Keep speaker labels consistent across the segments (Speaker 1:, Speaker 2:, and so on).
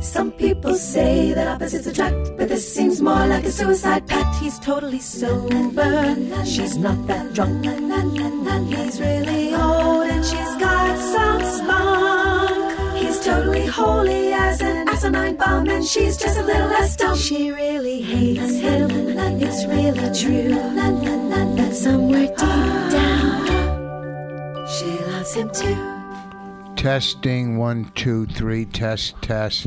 Speaker 1: Some people say that opposites attract, but this seems more like a suicide pact. He's totally sober, she's not that drunk. He's really old and she's got some spunk. He's totally holy as an asinine bomb, and she's just a little less dumb. She really hates him, it's really true. But somewhere deep down, she loves him too.
Speaker 2: Testing one, two, three, test, test.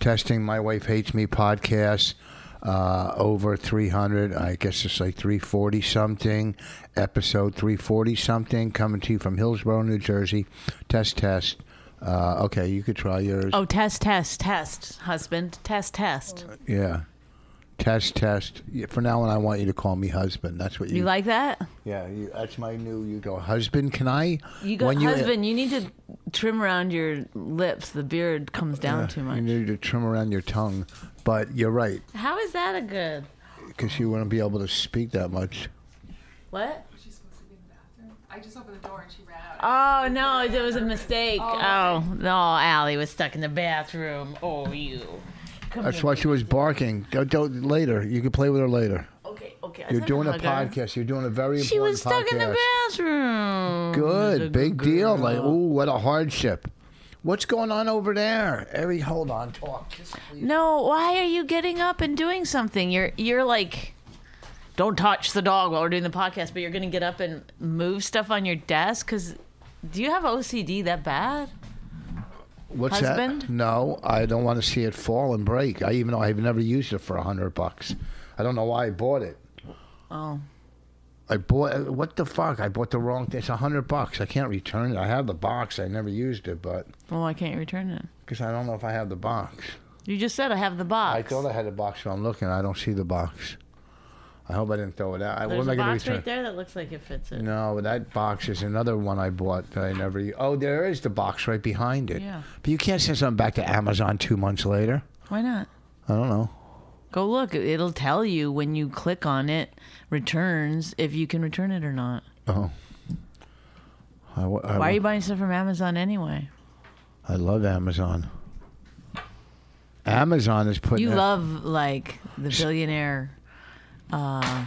Speaker 2: Testing My Wife Hates Me podcast. Uh, over 300, I guess it's like 340 something, episode 340 something, coming to you from Hillsborough, New Jersey. Test, test. Uh, okay, you could try yours.
Speaker 3: Oh, test, test, test, husband, test, test.
Speaker 2: Yeah. Test, test. Yeah, For now on, I want you to call me husband. That's what you,
Speaker 3: You like that?
Speaker 2: Yeah, you, that's my new. You go, husband, can I?
Speaker 3: You go, husband. You, need to trim around your lips. The beard comes down too
Speaker 2: You
Speaker 3: much.
Speaker 2: need to trim around your tongue, but you're right
Speaker 3: How is that a good?
Speaker 2: because you wouldn't be able to speak that much.
Speaker 3: What?
Speaker 4: She's supposed to be in the bathroom. I just opened the door and she ran out.
Speaker 3: Oh no, it was a mistake. Oh, no, Allie was stuck in the bathroom. Oh, you. Come
Speaker 2: That's
Speaker 3: here.
Speaker 2: why she was barking. Don't, don't- later, you can play with her later.
Speaker 3: Okay, okay. I
Speaker 2: You're
Speaker 3: said
Speaker 2: doing a
Speaker 3: hug her.
Speaker 2: podcast. You're doing a very important
Speaker 3: She was stuck in the
Speaker 2: podcast.
Speaker 3: bathroom. She's a
Speaker 2: Good, big deal. Like,
Speaker 3: girl.
Speaker 2: ooh, what a hardship. What's going on over there? Every hold on, talk. Just please.
Speaker 3: No, why are you getting up and doing something? You're you're like don't touch the dog while we're doing the podcast, but you're going to get up and move stuff on your desk cuz do you have OCD that bad?
Speaker 2: What's that?
Speaker 3: husband?
Speaker 2: No, I don't want to see it fall and break. I even though I've never used it for a hundred bucks. I don't know why I bought it.
Speaker 3: Oh.
Speaker 2: I bought what the fuck? I bought the wrong thing. It's a hundred bucks. I can't return it. I have the box. I never used it, but
Speaker 3: Well, why can't you return it?
Speaker 2: because I don't know if I have the box.
Speaker 3: You just said I have the box.
Speaker 2: I thought I had a box, but I'm looking. I don't see the box. I hope I didn't throw it out. I-
Speaker 3: There's
Speaker 2: what am I
Speaker 3: a
Speaker 2: going to
Speaker 3: box
Speaker 2: return?
Speaker 3: right there that looks like it fits it.
Speaker 2: No, that box is another one I bought that I never. u- Oh, there is the box right behind it.
Speaker 3: Yeah.
Speaker 2: But you can't send something back to Amazon two months later.
Speaker 3: Why not?
Speaker 2: I don't know.
Speaker 3: Go look. It'll tell you when you click on it, returns if you can return it or not.
Speaker 2: Oh. I, wa- I,
Speaker 3: Why are
Speaker 2: wa-
Speaker 3: you buying stuff from Amazon anyway?
Speaker 2: I love Amazon. Amazon is putting.
Speaker 3: You
Speaker 2: out-
Speaker 3: love like the billionaire uh,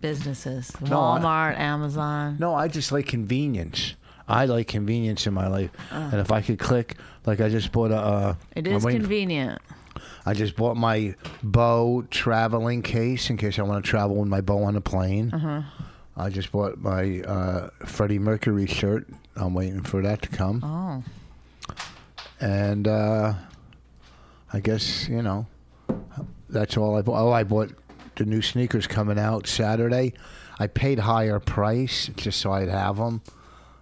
Speaker 3: businesses,
Speaker 2: I-
Speaker 3: Walmart, Amazon.
Speaker 2: No, I just like convenience. I like convenience in my life, and if I could click, like I just bought a. Uh,
Speaker 3: Uh. It
Speaker 2: I'm
Speaker 3: is
Speaker 2: waiting for-
Speaker 3: convenient.
Speaker 2: I just bought my bow traveling case in case I want to travel with my bow on a plane. I just bought my uh, Freddie Mercury shirt. I'm waiting for that to come.
Speaker 3: Oh,
Speaker 2: And uh, I guess, you know, that's all I bought. Oh, I bought the new sneakers coming out Saturday. I paid higher price just so I'd have them.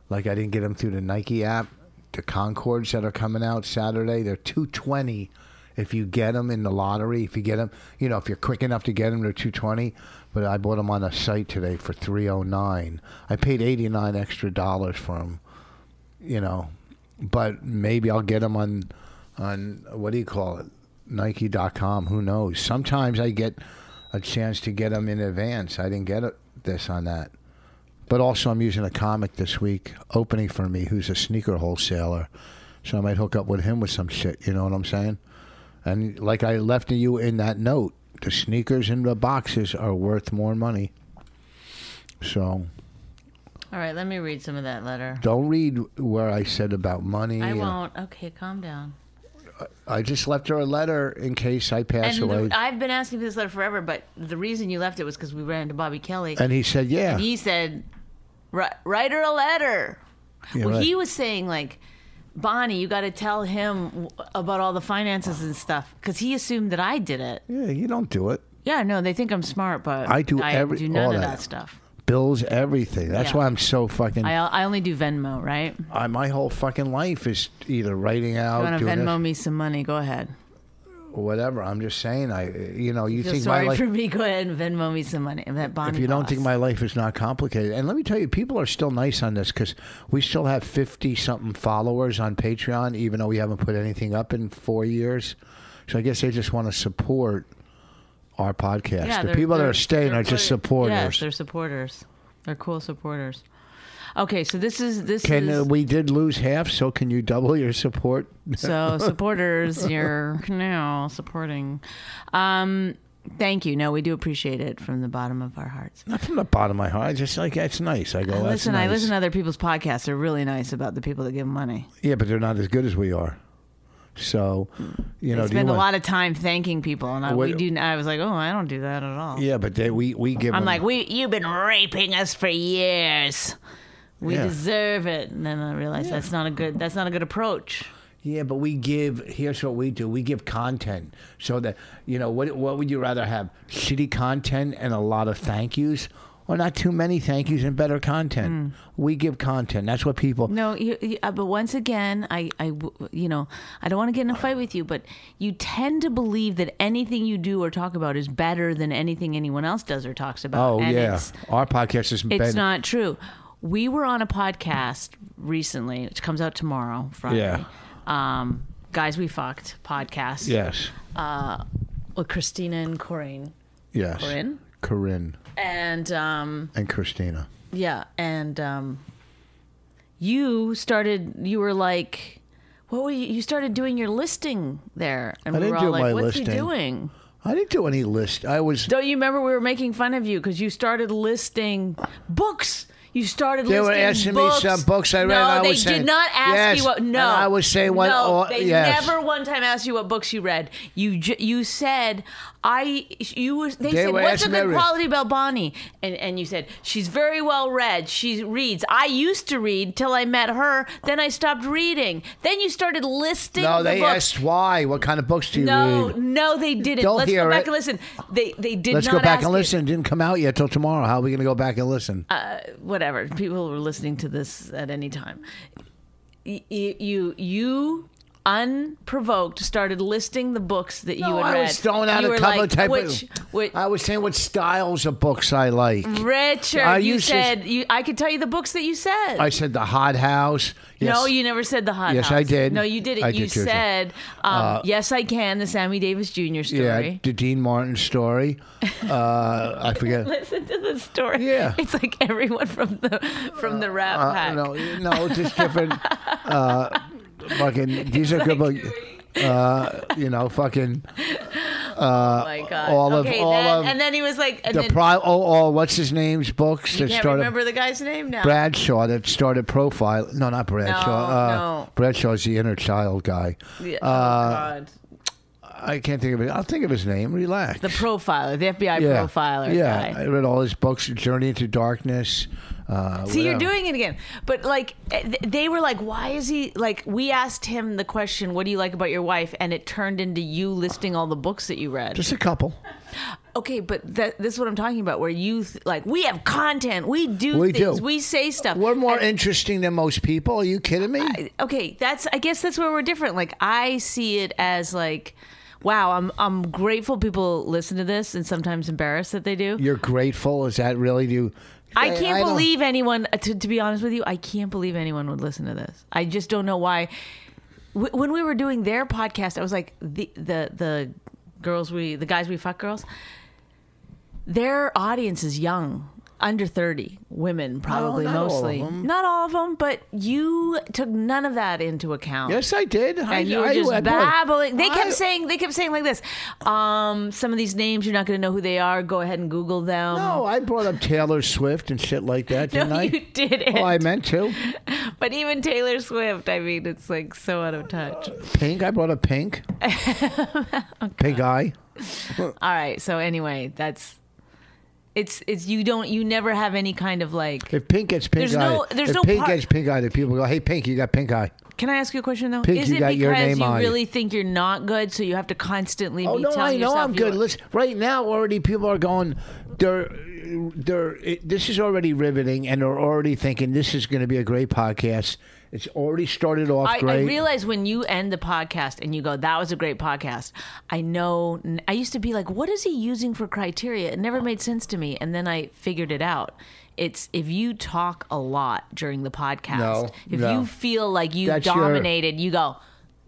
Speaker 2: Like I didn't get them through the Nike app. The Concords that are coming out Saturday, they're 220 if you get them in the lottery. If you get them, you know, if you're quick enough to get them, they're 220. But I bought them on a site today for 309. I paid 89 extra dollars for them, you know. But maybe I'll get them on on what do you call it? Nike.com. Who knows? Sometimes I get a chance to get them in advance. I didn't get it, this on that. But also, I'm using a comic this week opening for me who's a sneaker wholesaler. So I might hook up with him with some shit. You know what I'm saying? And like I left to you in that note, the sneakers in the boxes are worth more money. So
Speaker 3: all right. Let me read some of that letter.
Speaker 2: don't read where I said about money.
Speaker 3: I
Speaker 2: or-
Speaker 3: won't. Okay, calm down.
Speaker 2: I just left her a letter in case I pass
Speaker 3: And
Speaker 2: away.
Speaker 3: the, I've been asking for this letter forever, but the reason you left it was because we ran into Bobby Kelly.
Speaker 2: and uh, he said, "Yeah."
Speaker 3: he said, "Wri- "Write her a letter."
Speaker 2: Yeah,
Speaker 3: well,
Speaker 2: right.
Speaker 3: he was saying like, Bonnie, you got to tell him w- about all the finances and stuff because he assumed that I did it.
Speaker 2: yeah, you don't do it.
Speaker 3: Yeah, no, they think I'm smart, but
Speaker 2: I do
Speaker 3: I
Speaker 2: every-
Speaker 3: do none
Speaker 2: all
Speaker 3: of
Speaker 2: that.
Speaker 3: that stuff.
Speaker 2: Bills everything. That's
Speaker 3: Yeah.
Speaker 2: why I'm so fucking.
Speaker 3: I,
Speaker 2: I,
Speaker 3: I only do Venmo, right?
Speaker 2: my whole fucking life is either writing out.
Speaker 3: you want to
Speaker 2: doing this-
Speaker 3: Venmo me some money? Go ahead.
Speaker 2: whatever. I'm just saying. I you know you
Speaker 3: Feel
Speaker 2: think
Speaker 3: sorry
Speaker 2: my life.
Speaker 3: for me. Go ahead and Venmo me some money. That Bonnie
Speaker 2: if you don't think
Speaker 3: Boss.
Speaker 2: my life is not complicated, and let me tell you, people are still nice on this because we still have fifty something followers on Patreon, even though we haven't put anything up in four years. So I guess they just want to support our podcast.
Speaker 3: Yeah,
Speaker 2: the
Speaker 3: they're-
Speaker 2: people that
Speaker 3: they're-
Speaker 2: are staying
Speaker 3: they're
Speaker 2: are just
Speaker 3: pretty- Yes,
Speaker 2: supporters.
Speaker 3: they're supporters. They're cool supporters. Okay, so this is this
Speaker 2: can
Speaker 3: is
Speaker 2: uh, we did lose half? So can you double your support?
Speaker 3: so supporters. You're now supporting. Um, thank you. No, we do appreciate it from the bottom of our hearts.
Speaker 2: Not from the bottom of my heart. I just like that's nice. I go. that's
Speaker 3: listen, I
Speaker 2: nice."
Speaker 3: listen to other people's podcasts. They're really nice about the people that give money.
Speaker 2: Yeah, but they're not as good as we are. So, you know,
Speaker 3: they
Speaker 2: Oh, do you
Speaker 3: spend a
Speaker 2: want-
Speaker 3: lot of time thanking people, and I, we
Speaker 2: What-
Speaker 3: do. I was like, oh, I don't do that at all.
Speaker 2: Yeah, but they, we we give.
Speaker 3: I'm
Speaker 2: them-
Speaker 3: like, we you've been raping us for years. We
Speaker 2: Yeah.
Speaker 3: deserve it. And then I realized that's not a good that's not a good approach.
Speaker 2: Yeah, but we give. Here's what we do: we give content so that you know what. What would you rather have? Shitty content and a lot of thank yous, or not too many thank yous and better content? We give content. That's what people.
Speaker 3: Mm. No, you, you, uh, but once again, I, I w- you know, I don't want to get in a fight with you, but you tend to believe that anything you do or talk about is better than anything anyone else does or talks about.
Speaker 2: oh
Speaker 3: and
Speaker 2: yeah,
Speaker 3: it's-
Speaker 2: our podcast is.
Speaker 3: It's
Speaker 2: been,
Speaker 3: not true. We were on a podcast recently, which comes out tomorrow, Friday.
Speaker 2: Yeah.
Speaker 3: Um, Guys We Fucked podcast Uh,
Speaker 2: Yes.
Speaker 3: with Christina and Corinne.
Speaker 2: Yes.
Speaker 3: Corinne?
Speaker 2: Corinne
Speaker 3: And um,
Speaker 2: and Christina.
Speaker 3: yeah, and um, you started, you were like, what were you, you started doing your listing there. And
Speaker 2: I
Speaker 3: we were
Speaker 2: didn't do
Speaker 3: all like,
Speaker 2: my
Speaker 3: what's he
Speaker 2: listing.
Speaker 3: doing?
Speaker 2: I didn't do any list. I was.
Speaker 3: Don't you remember we were making fun of you because you started listing books? You started
Speaker 2: They
Speaker 3: listing
Speaker 2: were asking
Speaker 3: books.
Speaker 2: me some books I read.
Speaker 3: No,
Speaker 2: and I
Speaker 3: they
Speaker 2: was
Speaker 3: did
Speaker 2: saying-
Speaker 3: not ask
Speaker 2: yes,
Speaker 3: you what.
Speaker 2: and
Speaker 3: No,
Speaker 2: I was saying what.
Speaker 3: No,
Speaker 2: all-
Speaker 3: they
Speaker 2: yes.
Speaker 3: never one time asked you what books you read. You ju- you said I you was- they,
Speaker 2: They
Speaker 3: said
Speaker 2: were
Speaker 3: what's a
Speaker 2: asking
Speaker 3: good
Speaker 2: every-
Speaker 3: quality about Bonnie and and you said she's very well read. She reads. I used to read till I met her. Then I stopped reading. Then you started listing.
Speaker 2: No,
Speaker 3: the
Speaker 2: they
Speaker 3: books.
Speaker 2: asked why. What kind of books do you
Speaker 3: No,
Speaker 2: read?
Speaker 3: no, they didn't.
Speaker 2: Don't
Speaker 3: Let's go
Speaker 2: hear
Speaker 3: back
Speaker 2: it.
Speaker 3: and listen. They they did
Speaker 2: Let's
Speaker 3: not.
Speaker 2: go back
Speaker 3: ask
Speaker 2: and
Speaker 3: you-
Speaker 2: listen. It didn't come out yet till tomorrow. How are we going to go back and listen?
Speaker 3: uh, whatever people were listening to this at any time Y- y- you you unprovoked started listing the books that you
Speaker 2: No,
Speaker 3: had
Speaker 2: I
Speaker 3: read
Speaker 2: was throwing out
Speaker 3: You
Speaker 2: a
Speaker 3: were
Speaker 2: couple
Speaker 3: like,
Speaker 2: of type
Speaker 3: which,
Speaker 2: of.
Speaker 3: which-
Speaker 2: I was saying what styles of books I like.
Speaker 3: richard
Speaker 2: I
Speaker 3: you
Speaker 2: used to-
Speaker 3: said you, i could tell you the books that you said
Speaker 2: I said the Hot House. Yes.
Speaker 3: No, you never said the hot.
Speaker 2: Yes,
Speaker 3: House.
Speaker 2: I did.
Speaker 3: No, you didn't.
Speaker 2: I
Speaker 3: you
Speaker 2: did, Georgia. Uh,
Speaker 3: said, um, "Yes, I can." The Sammy Davis Jr. story.
Speaker 2: Yeah, the Dean Martin story. Uh, I forget.
Speaker 3: Listen to the story.
Speaker 2: Yeah.
Speaker 3: it's like everyone from the from the rap
Speaker 2: Uh,
Speaker 3: pack.
Speaker 2: no, no, just different. Uh, fucking, these are good books. Uh, you know, fucking
Speaker 3: oh my god!
Speaker 2: all of-
Speaker 3: okay,
Speaker 2: all
Speaker 3: then,
Speaker 2: of
Speaker 3: and then he was like, and
Speaker 2: the
Speaker 3: then,
Speaker 2: pro. Oh, oh, what's his name's books
Speaker 3: You
Speaker 2: that
Speaker 3: can't
Speaker 2: started
Speaker 3: remember the guy's name now.
Speaker 2: Bradshaw that started profile. No, not Bradshaw.
Speaker 3: No,
Speaker 2: uh,
Speaker 3: no.
Speaker 2: Bradshaw's the inner child guy.
Speaker 3: Yeah, oh God.
Speaker 2: uh, I can't think of it. I'll think of his name. Relax.
Speaker 3: The profiler, the FBI
Speaker 2: yeah.
Speaker 3: profiler
Speaker 2: Yeah,
Speaker 3: guy.
Speaker 2: I read all his books, Journey into Darkness. Uh,
Speaker 3: So you're
Speaker 2: whatever.
Speaker 3: doing it again. But like eh, th- they were like, why is he like we asked him the question, what do you like about your wife? And it turned into you listing all the books that you read.
Speaker 2: just a couple.
Speaker 3: Okay, but that this is what I'm talking about, where you th- like we have content, we do
Speaker 2: We
Speaker 3: things,
Speaker 2: do.
Speaker 3: we say stuff.
Speaker 2: We're more
Speaker 3: And-
Speaker 2: interesting than most people. Are you kidding me?
Speaker 3: okay that's i guess that's where we're different like i see it as like wow i'm i'm grateful people listen to this and sometimes embarrassed that they do
Speaker 2: you're grateful? Is that really you?
Speaker 3: i can't
Speaker 2: don't-
Speaker 3: believe anyone uh, to, to be honest with you i can't believe anyone would listen to this i just don't know why Wh- when we were doing their podcast i was like the the the girls we the guys we fuck girls their audience is young under 30 women probably
Speaker 2: Oh, not all of
Speaker 3: mostly
Speaker 2: them.
Speaker 3: not all of them but you took none of that into account
Speaker 2: Yes, I did. I,
Speaker 3: and you were
Speaker 2: I-
Speaker 3: just
Speaker 2: I-
Speaker 3: babbling. They kept
Speaker 2: I-
Speaker 3: saying they kept saying like this. Um, some of these names you're not going to know who they are. Go ahead and Google them.
Speaker 2: No, I brought up Taylor Swift and shit like that,
Speaker 3: No,
Speaker 2: didn't I?
Speaker 3: you didn't.
Speaker 2: Oh, I meant to.
Speaker 3: but even Taylor Swift, I mean, it's like so out of touch.
Speaker 2: Pink. I brought up Pink. Pink Eye.
Speaker 3: All right. So anyway, that's it's it's you don't you never have any kind of like.
Speaker 2: If Pink gets pink
Speaker 3: There's
Speaker 2: eye,
Speaker 3: no- there's
Speaker 2: if
Speaker 3: no
Speaker 2: Pink
Speaker 3: part-
Speaker 2: gets pink eye, the people go, "Hey, Pink, you got pink eye."
Speaker 3: Can I ask you a question though?
Speaker 2: Pink,
Speaker 3: Is
Speaker 2: you
Speaker 3: it
Speaker 2: got
Speaker 3: because
Speaker 2: your name
Speaker 3: you
Speaker 2: on it.
Speaker 3: really think you're not good, so you have to constantly
Speaker 2: Oh
Speaker 3: be
Speaker 2: no,
Speaker 3: telling
Speaker 2: I know
Speaker 3: yourself
Speaker 2: I'm
Speaker 3: you-
Speaker 2: good. Listen, right now already people are going. They're they're it, this is already riveting, and they're already thinking this is going to be a great podcast. It's already started off
Speaker 3: I,
Speaker 2: great.
Speaker 3: I realize when you end the podcast and you go, "That was a great podcast." I know. I used to be like, "What is he using for criteria?" It never made sense to me, and then I figured it out. It's if you talk a lot during the podcast,
Speaker 2: No,
Speaker 3: if
Speaker 2: no.
Speaker 3: you feel like you
Speaker 2: That's your-
Speaker 3: dominated, you go,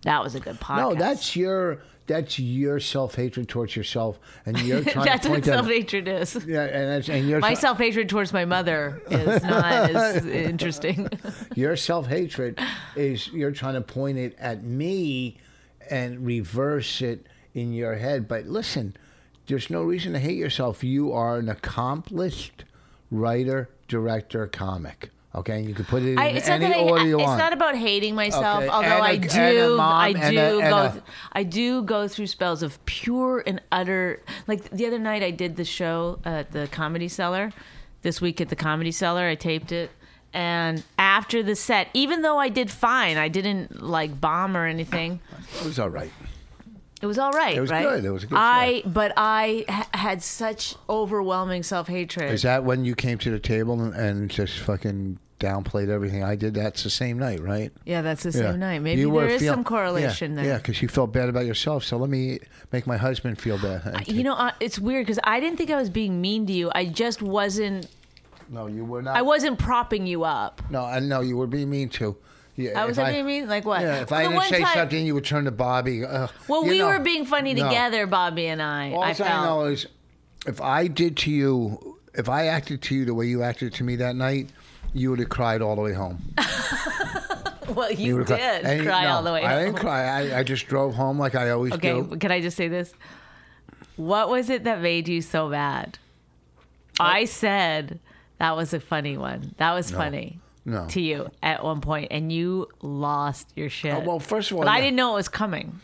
Speaker 3: "That was a good podcast."
Speaker 2: no, that's your that's your self hatred towards yourself, and you're trying
Speaker 3: that's
Speaker 2: to
Speaker 3: what
Speaker 2: point that.
Speaker 3: self hatred is.
Speaker 2: Yeah, and, that's- and your
Speaker 3: My self hatred towards my mother is not as interesting.
Speaker 2: your self hatred is you're trying to point it at me and reverse it in your head. But listen, there's no reason to hate yourself. You are an accomplished writer, director, comic. Okay, and you can put it in
Speaker 3: I, it's not
Speaker 2: any
Speaker 3: that I,
Speaker 2: order you
Speaker 3: it's
Speaker 2: want.
Speaker 3: not about hating myself,
Speaker 2: Okay,
Speaker 3: although
Speaker 2: and a-
Speaker 3: I
Speaker 2: and a
Speaker 3: do,
Speaker 2: mom
Speaker 3: I
Speaker 2: and
Speaker 3: do
Speaker 2: a- and
Speaker 3: go,
Speaker 2: a-
Speaker 3: th- I do go through spells of pure and utter. Like the other night, I did the show at the Comedy Cellar. This week at the Comedy Cellar, I taped it, and after the set, even though I did fine, I didn't like bomb or anything.
Speaker 2: it was all right.
Speaker 3: It was all right.
Speaker 2: It was
Speaker 3: right?
Speaker 2: good. It was a good
Speaker 3: I, but I ha- had such overwhelming self hatred.
Speaker 2: Is that when you came to the table and, and just fucking downplayed everything I did? That's the same night, right?
Speaker 3: Yeah, that's the same
Speaker 2: Yeah.
Speaker 3: night. Maybe
Speaker 2: You were
Speaker 3: there is
Speaker 2: feel-
Speaker 3: some
Speaker 2: yeah,
Speaker 3: correlation there.
Speaker 2: Yeah, because you felt bad about yourself. So let me make my husband feel bad.
Speaker 3: You know, uh, it's weird because I didn't think I was being mean to you. I just wasn't.
Speaker 2: no, you were not.
Speaker 3: I wasn't propping you up.
Speaker 2: No, I know you were being mean too. Yeah,
Speaker 3: I
Speaker 2: if
Speaker 3: was I being mean. Like what?
Speaker 2: Yeah, if
Speaker 3: Well,
Speaker 2: I
Speaker 3: the
Speaker 2: didn't
Speaker 3: one
Speaker 2: say
Speaker 3: time-
Speaker 2: something, you would turn to Bobby. Uh,
Speaker 3: Well,
Speaker 2: you
Speaker 3: we
Speaker 2: know.
Speaker 3: were being funny
Speaker 2: No.
Speaker 3: together, Bobby and I.
Speaker 2: All
Speaker 3: I
Speaker 2: I,
Speaker 3: felt.
Speaker 2: know is, if I did to you, if I acted to you the way you acted to me that night, you would have cried all the way home.
Speaker 3: well, you,
Speaker 2: would
Speaker 3: did
Speaker 2: have cried. And-
Speaker 3: cry
Speaker 2: no,
Speaker 3: all the way.
Speaker 2: I
Speaker 3: home.
Speaker 2: didn't cry. I, I just drove home like I always
Speaker 3: Okay,
Speaker 2: do.
Speaker 3: can I just say this? What was it that made you so mad? I said that was a funny one. That was funny
Speaker 2: No.
Speaker 3: to you at one point, and you lost your shit.
Speaker 2: Uh, well, first of all,
Speaker 3: but I
Speaker 2: yeah.
Speaker 3: didn't know it was coming.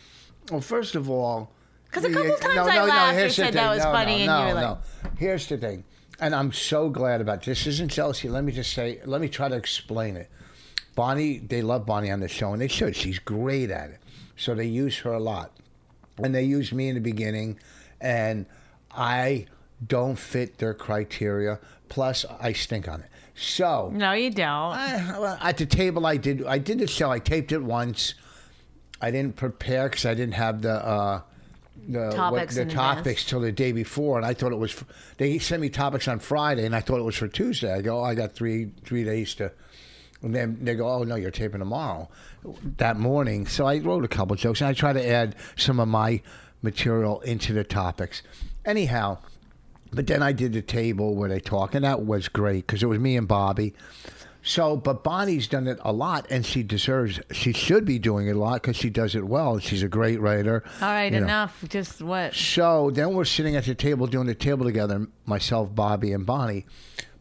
Speaker 2: Well, first of all,
Speaker 3: 'Cause a
Speaker 2: yeah,
Speaker 3: couple
Speaker 2: yeah,
Speaker 3: times
Speaker 2: no,
Speaker 3: I
Speaker 2: no, no,
Speaker 3: laughed or
Speaker 2: here's the
Speaker 3: said that
Speaker 2: thing.
Speaker 3: was
Speaker 2: No,
Speaker 3: funny
Speaker 2: no,
Speaker 3: and
Speaker 2: no,
Speaker 3: you were
Speaker 2: no. Here's the thing, and I'm so glad about this. this. Isn't jealousy? Let me just say. Let me try to explain it. Bonnie, they love Bonnie on the show, and they should. She's great at it, so they use her a lot, and they use me in the beginning, and I don't fit their criteria. Plus, I stink on it. So
Speaker 3: No, you don't.
Speaker 2: I, well, at the table, I did. I did the show. I taped it once. I didn't prepare because I didn't have the uh, the
Speaker 3: Topics
Speaker 2: the
Speaker 3: in
Speaker 2: topics till the day before, and I thought it was. For, they sent me topics on Friday, and I thought it was for Tuesday. I go, oh, I got three three days to. And then they go, oh no, you're taping tomorrow, that morning. So I wrote a couple jokes, and I try to add some of my material into the topics. Anyhow, but then I did the table where they talk, and that was great because it was me and Bobby. So, but Bonnie's done it a lot, and she deserves. She should be doing it a lot because she does it well. and She's a great writer.
Speaker 3: All right,
Speaker 2: you know.
Speaker 3: enough. Just what?
Speaker 2: So then we're sitting at the table doing the table together, myself, Bobby, and Bonnie.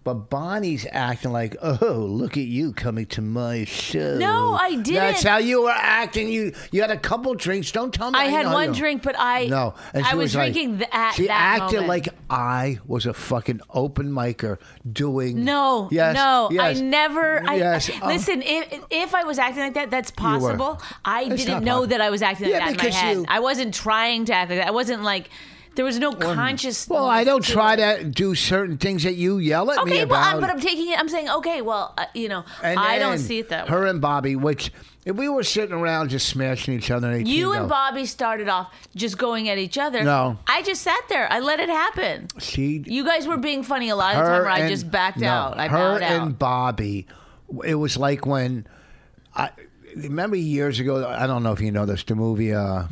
Speaker 2: But Bonnie's acting like, oh, look at you coming to my show.
Speaker 3: No, I didn't.
Speaker 2: That's how you were acting. You you had a couple drinks. Don't tell me.
Speaker 3: I had
Speaker 2: know
Speaker 3: one
Speaker 2: you.
Speaker 3: drink, but I
Speaker 2: No,
Speaker 3: I
Speaker 2: she
Speaker 3: was
Speaker 2: like-
Speaker 3: drinking th- at
Speaker 2: She
Speaker 3: that
Speaker 2: acted
Speaker 3: moment.
Speaker 2: like I was a fucking open micer doing.
Speaker 3: No,
Speaker 2: yes,
Speaker 3: no,
Speaker 2: yes,
Speaker 3: I never. I,
Speaker 2: yes. um,
Speaker 3: I- listen, if if I was acting like that, that's possible. I
Speaker 2: It's
Speaker 3: didn't
Speaker 2: not
Speaker 3: know
Speaker 2: possible.
Speaker 3: that I was acting
Speaker 2: Yeah,
Speaker 3: like that in
Speaker 2: because
Speaker 3: my head.
Speaker 2: you-
Speaker 3: I wasn't trying to act like that. I wasn't like there was no conscious.
Speaker 2: Well, I don't try to do certain things that you yell at me
Speaker 3: Okay, well,
Speaker 2: about.
Speaker 3: I'm, but I'm taking it. I'm saying, okay, well, uh, you know,
Speaker 2: And
Speaker 3: I don't
Speaker 2: then
Speaker 3: see it that way.
Speaker 2: Her and Bobby, which if we were sitting around just smashing each other, in 18,
Speaker 3: You and
Speaker 2: no.
Speaker 3: Bobby started off just going at each other.
Speaker 2: No.
Speaker 3: I just sat there. I let it happen.
Speaker 2: she,
Speaker 3: You guys were being funny a lot of the time
Speaker 2: her
Speaker 3: where I
Speaker 2: and-
Speaker 3: just backed
Speaker 2: no,
Speaker 3: out. I
Speaker 2: her
Speaker 3: bowed out.
Speaker 2: and Bobby, it was like when I remember years ago. I don't know if you know this, the movie uh,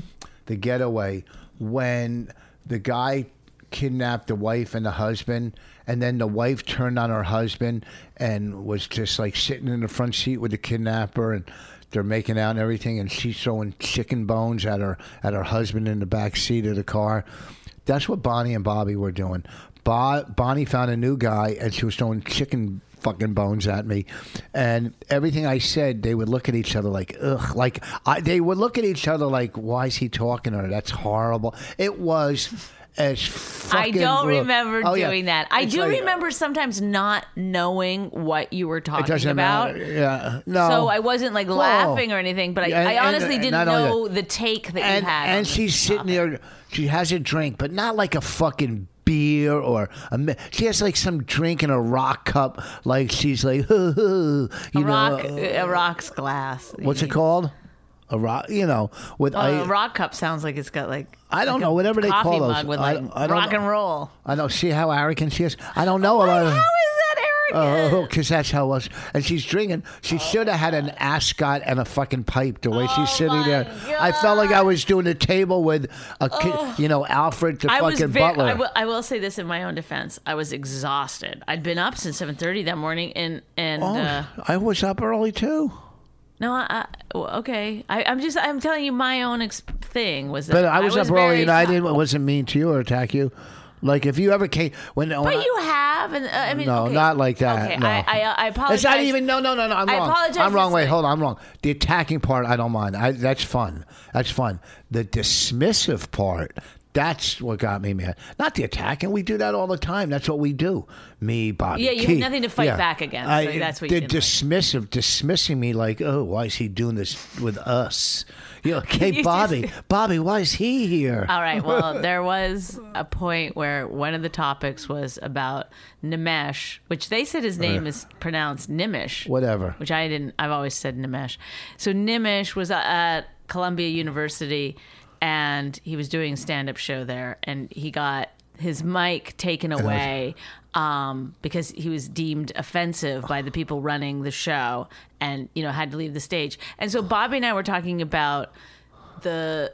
Speaker 2: "The Getaway," when the guy kidnapped the wife and the husband, and then the wife turned on her husband and was just like sitting in the front seat with the kidnapper and. They're making out and everything, and she's throwing chicken bones at her at her husband in the back seat of the car. That's what Bonnie and Bobby were doing. Bo- Bonnie found a new guy, and she was throwing chicken fucking bones at me, and everything I said, they would look at each other like, ugh, like I, they would look at each other like, why is he talking to her? That's horrible. It was as
Speaker 3: I
Speaker 2: fucking.
Speaker 3: don't
Speaker 2: brutal.
Speaker 3: remember
Speaker 2: Oh, yeah.
Speaker 3: doing that. I
Speaker 2: It's
Speaker 3: do
Speaker 2: like-
Speaker 3: remember sometimes not knowing what you were talking
Speaker 2: It doesn't
Speaker 3: about.
Speaker 2: matter. Yeah, no.
Speaker 3: So I wasn't like laughing or anything, but I,
Speaker 2: Yeah, and-
Speaker 3: I honestly
Speaker 2: and- and
Speaker 3: didn't
Speaker 2: not only
Speaker 3: know the take that
Speaker 2: and,
Speaker 3: you had. on
Speaker 2: and
Speaker 3: this
Speaker 2: she's sitting
Speaker 3: topic.
Speaker 2: there. She has a drink, but not like a fucking beer or a mi- she has like some drink in a rock cup. Like she's like, you
Speaker 3: A
Speaker 2: know,
Speaker 3: rock,
Speaker 2: uh,
Speaker 3: a rock's glass.
Speaker 2: what's it called? A rock, you know, with
Speaker 3: A
Speaker 2: I,
Speaker 3: rock cup sounds like it's got like
Speaker 2: I don't
Speaker 3: like a
Speaker 2: know whatever they
Speaker 3: coffee
Speaker 2: call those.
Speaker 3: mug with
Speaker 2: I-
Speaker 3: like
Speaker 2: I don't
Speaker 3: rock
Speaker 2: know.
Speaker 3: and roll. Oh,
Speaker 2: I don't see how arrogant she is. I don't know
Speaker 3: How
Speaker 2: about
Speaker 3: is
Speaker 2: it.
Speaker 3: that arrogant?
Speaker 2: Oh, because that's how it was. And she's drinking.
Speaker 3: Oh,
Speaker 2: She should have had an ascot and a fucking pipe the way she's sitting there. I felt like I was doing a table with a kid, you know, Alfred the
Speaker 3: I was
Speaker 2: fucking
Speaker 3: very,
Speaker 2: butler.
Speaker 3: I, will, I will say this in my own defense. I was exhausted. I'd been up since seven thirty that morning, and and
Speaker 2: Oh,
Speaker 3: uh,
Speaker 2: I was up early too.
Speaker 3: no, I, I well, okay. I, I'm just I'm telling you my own exp- thing was that
Speaker 2: But I was, up
Speaker 3: very
Speaker 2: early and I
Speaker 3: exhausted.
Speaker 2: didn't, wasn't mean to you or attack you. Like if you ever came, when, when
Speaker 3: But
Speaker 2: I-
Speaker 3: you have, and uh, I mean,
Speaker 2: No,
Speaker 3: okay.
Speaker 2: not like that.
Speaker 3: Okay,
Speaker 2: no.
Speaker 3: I, I, I apologize.
Speaker 2: It's not even. No, no, no, no. I'm
Speaker 3: I
Speaker 2: wrong.
Speaker 3: apologize
Speaker 2: I'm wrong.
Speaker 3: this
Speaker 2: Wait,
Speaker 3: way.
Speaker 2: hold on. I'm wrong. The attacking part, I don't mind. I, that's fun. That's fun. The dismissive part. That's what got me mad. Not the attacking. We do that all the time. That's what we do. Me, Bobby.
Speaker 3: Yeah, you had
Speaker 2: Keith.
Speaker 3: nothing to fight back against, so that's what you
Speaker 2: the
Speaker 3: didn't like.
Speaker 2: dismissive, dismissing me like, oh, why is he doing this with us? You know, hey,
Speaker 3: just-
Speaker 2: Bobby, Bobby, why is he here?
Speaker 3: All right. Well, there was a point where one of the topics was about Nimesh, which they said his name is pronounced Nimish.
Speaker 2: Whatever.
Speaker 3: Which I didn't. I've always said Nimesh. So Nimish was at Columbia University, and he was doing a stand-up show there, and he got his mic taken away um, because he was deemed offensive by the people running the show, and you know had to leave the stage. And so Bobby and I were talking about the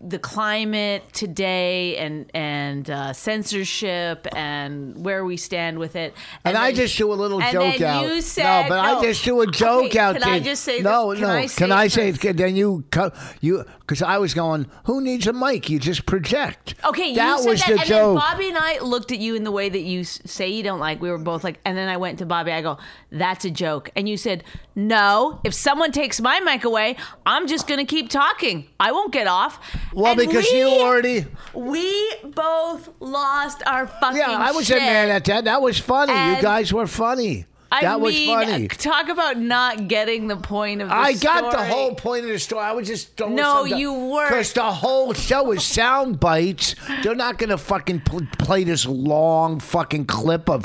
Speaker 3: the climate today and and uh, censorship and where we stand with it.
Speaker 2: And, I
Speaker 3: then-
Speaker 2: just do a little
Speaker 3: and
Speaker 2: joke
Speaker 3: then
Speaker 2: out.
Speaker 3: You said, oh,
Speaker 2: no, but I just do a joke
Speaker 3: okay,
Speaker 2: out
Speaker 3: Can
Speaker 2: there.
Speaker 3: I just say
Speaker 2: no,
Speaker 3: this?
Speaker 2: no.
Speaker 3: Can I say,
Speaker 2: can I say?
Speaker 3: first?
Speaker 2: Then you cut you because I was going. Who needs a mic? You just project.
Speaker 3: Okay,
Speaker 2: that
Speaker 3: you said
Speaker 2: was
Speaker 3: that,
Speaker 2: the
Speaker 3: and
Speaker 2: joke.
Speaker 3: then Bobby and I looked at you in the way that you s- say you don't like. We were both like, and then I went to Bobby. I go, "That's a joke," and you said, "No, if someone takes my mic away, I'm just going to keep talking. I won't get off."
Speaker 2: well,
Speaker 3: And
Speaker 2: because
Speaker 3: we-
Speaker 2: you already.
Speaker 3: we both lost our fucking.
Speaker 2: Yeah, I was
Speaker 3: shit.
Speaker 2: mad at that. That was funny. you
Speaker 3: And-
Speaker 2: guys were funny.
Speaker 3: I
Speaker 2: that was
Speaker 3: mean,
Speaker 2: funny.
Speaker 3: Talk about not getting the point of the
Speaker 2: I got the
Speaker 3: story.
Speaker 2: whole point of the story. I was just throwing
Speaker 3: No, you weren't.
Speaker 2: Because the whole show is sound bites. They're not going to fucking pl- play this long fucking clip of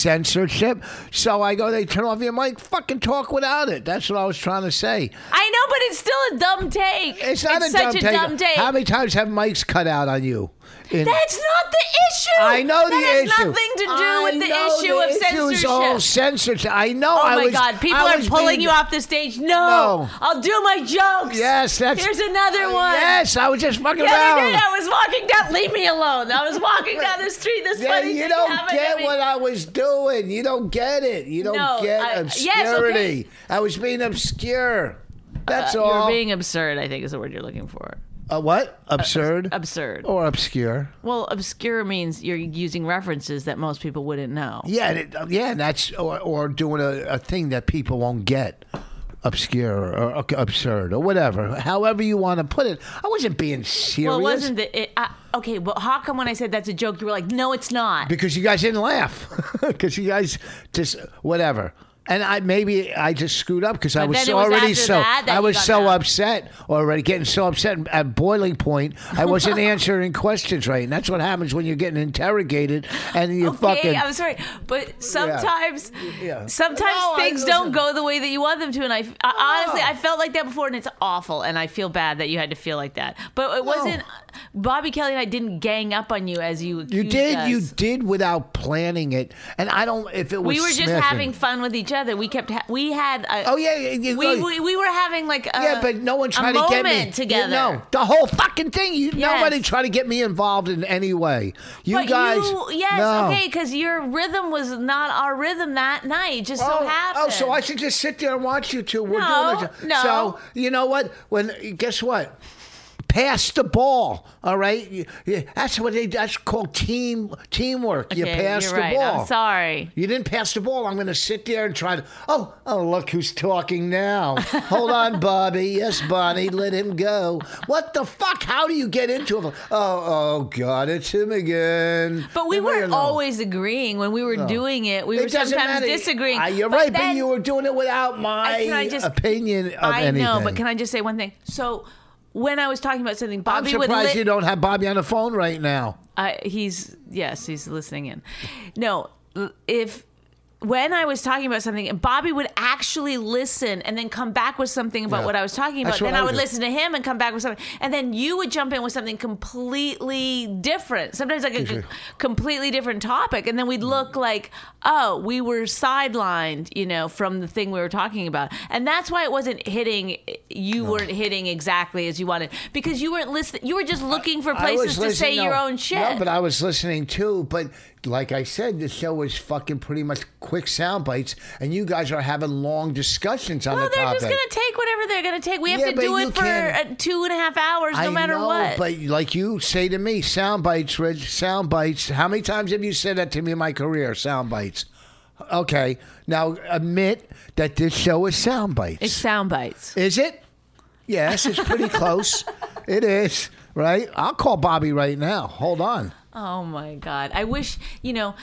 Speaker 2: censorship. So I go, they turn off your mic, fucking talk without it. That's what I was trying to say.
Speaker 3: I know, but it's still a dumb take.
Speaker 2: It's not a,
Speaker 3: such
Speaker 2: dumb,
Speaker 3: a
Speaker 2: take.
Speaker 3: dumb take.
Speaker 2: How many times have mics cut out on you? In-
Speaker 3: That's not the issue.
Speaker 2: I know
Speaker 3: That
Speaker 2: the
Speaker 3: has
Speaker 2: issue.
Speaker 3: Nothing to do
Speaker 2: I
Speaker 3: with the
Speaker 2: know
Speaker 3: issue of
Speaker 2: issue is
Speaker 3: censorship.
Speaker 2: all censorship. I know.
Speaker 3: oh
Speaker 2: I
Speaker 3: my
Speaker 2: was,
Speaker 3: God! People
Speaker 2: I
Speaker 3: are
Speaker 2: was
Speaker 3: pulling
Speaker 2: being-
Speaker 3: you off the stage. No,
Speaker 2: No.
Speaker 3: I'll do my jokes.
Speaker 2: Yes, that's.
Speaker 3: Here's another one.
Speaker 2: Yes, I was just fucking
Speaker 3: The other
Speaker 2: around.
Speaker 3: day I was walking down. Leave me alone. I was walking down the street. This
Speaker 2: Yeah,
Speaker 3: funny
Speaker 2: you
Speaker 3: thing
Speaker 2: don't
Speaker 3: happened to
Speaker 2: get
Speaker 3: me.
Speaker 2: what I was doing. You don't get it. You don't
Speaker 3: No,
Speaker 2: get
Speaker 3: I- yes,
Speaker 2: obscurity.
Speaker 3: okay.
Speaker 2: I was being obscure. That's
Speaker 3: Uh,
Speaker 2: all.
Speaker 3: You're being absurd. I think is the word you're looking for.
Speaker 2: Uh, what? Absurd?
Speaker 3: uh, Absurd.
Speaker 2: or obscure?
Speaker 3: Well, obscure means you're using references that most people wouldn't know.
Speaker 2: Yeah, and it, yeah, and that's or, or doing a, a thing that people won't get. Obscure or uh, absurd or whatever, however you want to put it. I wasn't being serious
Speaker 3: Well, it wasn't the it, I, okay? Well, how come when I said that's a joke, you were like, "No, it's not."
Speaker 2: because you guys didn't laugh. Because you guys just whatever. And I maybe I just screwed up because I
Speaker 3: But
Speaker 2: was
Speaker 3: then it was
Speaker 2: already
Speaker 3: after
Speaker 2: so
Speaker 3: that that
Speaker 2: I
Speaker 3: you
Speaker 2: was
Speaker 3: got
Speaker 2: so
Speaker 3: mad.
Speaker 2: upset already, getting so upset at boiling point. I wasn't answering questions right, and that's what happens when you're getting interrogated and you
Speaker 3: okay,
Speaker 2: fucking.
Speaker 3: I'm sorry, but sometimes,
Speaker 2: Yeah.
Speaker 3: sometimes
Speaker 2: No, I-
Speaker 3: things don't go the way that you want them to, and I, I honestly I felt like that before, and it's awful, and I feel bad that you had to feel like that. But it wasn't. Bobby Kelly and I didn't gang up on you as you.
Speaker 2: you
Speaker 3: accused
Speaker 2: did,
Speaker 3: us.
Speaker 2: you did without planning it, and I don't. If it was,
Speaker 3: We were just
Speaker 2: smashing-
Speaker 3: having fun with each other. We kept. Ha- we had. A,
Speaker 2: Oh yeah, yeah, yeah,
Speaker 3: We,
Speaker 2: like-
Speaker 3: we, we were having like a
Speaker 2: yeah, but no one
Speaker 3: a
Speaker 2: tried to get me
Speaker 3: moment together.
Speaker 2: You know, the whole fucking thing. You
Speaker 3: Yes.
Speaker 2: nobody tried to get me involved in any way. You
Speaker 3: But
Speaker 2: guys,
Speaker 3: you- yes,
Speaker 2: no.
Speaker 3: okay, because your rhythm was not our rhythm that night. It just
Speaker 2: oh,
Speaker 3: so happened.
Speaker 2: oh, so I should just sit there and watch you two. We're
Speaker 3: No,
Speaker 2: doing a,
Speaker 3: no.
Speaker 2: So you know what? When guess what? Pass the ball. All right, You- you- that's what they. That's called team teamwork. you
Speaker 3: Okay,
Speaker 2: pass
Speaker 3: you're
Speaker 2: the
Speaker 3: right.
Speaker 2: ball.
Speaker 3: I'm sorry.
Speaker 2: You didn't pass the ball. I'm going to sit there and try to. Oh, oh, look who's talking now. Hold on, Bobby. Yes, Bonnie, let him go. What the fuck? How do you get into it? Oh, oh, God, it's him again.
Speaker 3: But we
Speaker 2: Leave me
Speaker 3: weren't
Speaker 2: alone.
Speaker 3: always agreeing when we were doing it. We were
Speaker 2: It doesn't
Speaker 3: sometimes
Speaker 2: matter.
Speaker 3: disagreeing.
Speaker 2: Ah, you're right,
Speaker 3: then-
Speaker 2: but you were doing it without my
Speaker 3: I- can I just-
Speaker 2: opinion of
Speaker 3: I
Speaker 2: anything.
Speaker 3: know, but can I just say one thing? So when I was talking about something, Bobby
Speaker 2: I'm
Speaker 3: would.
Speaker 2: surprised
Speaker 3: li-
Speaker 2: you don't have Bobby on the phone right now.
Speaker 3: I, he's yes, he's listening in. No, l- if when I was talking about something, and Bobby would actually listen and then come back with something about
Speaker 2: Yeah.
Speaker 3: what I was talking about.
Speaker 2: That's what
Speaker 3: Then
Speaker 2: I
Speaker 3: I
Speaker 2: would
Speaker 3: would
Speaker 2: do.
Speaker 3: listen to him and come back with something, and then you would jump in with something completely different. Sometimes like a
Speaker 2: Usually.
Speaker 3: c- completely different topic, and then
Speaker 2: Mm.
Speaker 3: we'd look like, oh, we were sidelined, you know, from the thing we were talking about, and that's why it wasn't hitting. You weren't hitting exactly as you wanted because you weren't listening. You were just looking for
Speaker 2: I was
Speaker 3: places to say
Speaker 2: listening-
Speaker 3: your
Speaker 2: no,
Speaker 3: own shit.
Speaker 2: No, but I was listening too. But like I said, the show was fucking pretty much quick sound bites, and you guys are having long discussions on
Speaker 3: Well,
Speaker 2: the
Speaker 3: Oh, they're
Speaker 2: topic.
Speaker 3: just gonna take whatever they're gonna take. We have
Speaker 2: Yeah,
Speaker 3: to
Speaker 2: but
Speaker 3: do
Speaker 2: you
Speaker 3: it for
Speaker 2: can-
Speaker 3: uh, two and a half hours, no
Speaker 2: I
Speaker 3: matter
Speaker 2: know,
Speaker 3: what.
Speaker 2: But like you say to me, sound bites, Rich, sound bites. How many times have you said that to me in my career? Sound bites. Okay, now admit that this show is sound bites.
Speaker 3: it's sound bites.
Speaker 2: Is it? Yes, it's pretty close. It is, right? I'll call Bobby right now. Hold on.
Speaker 3: Oh my god! I wish you know.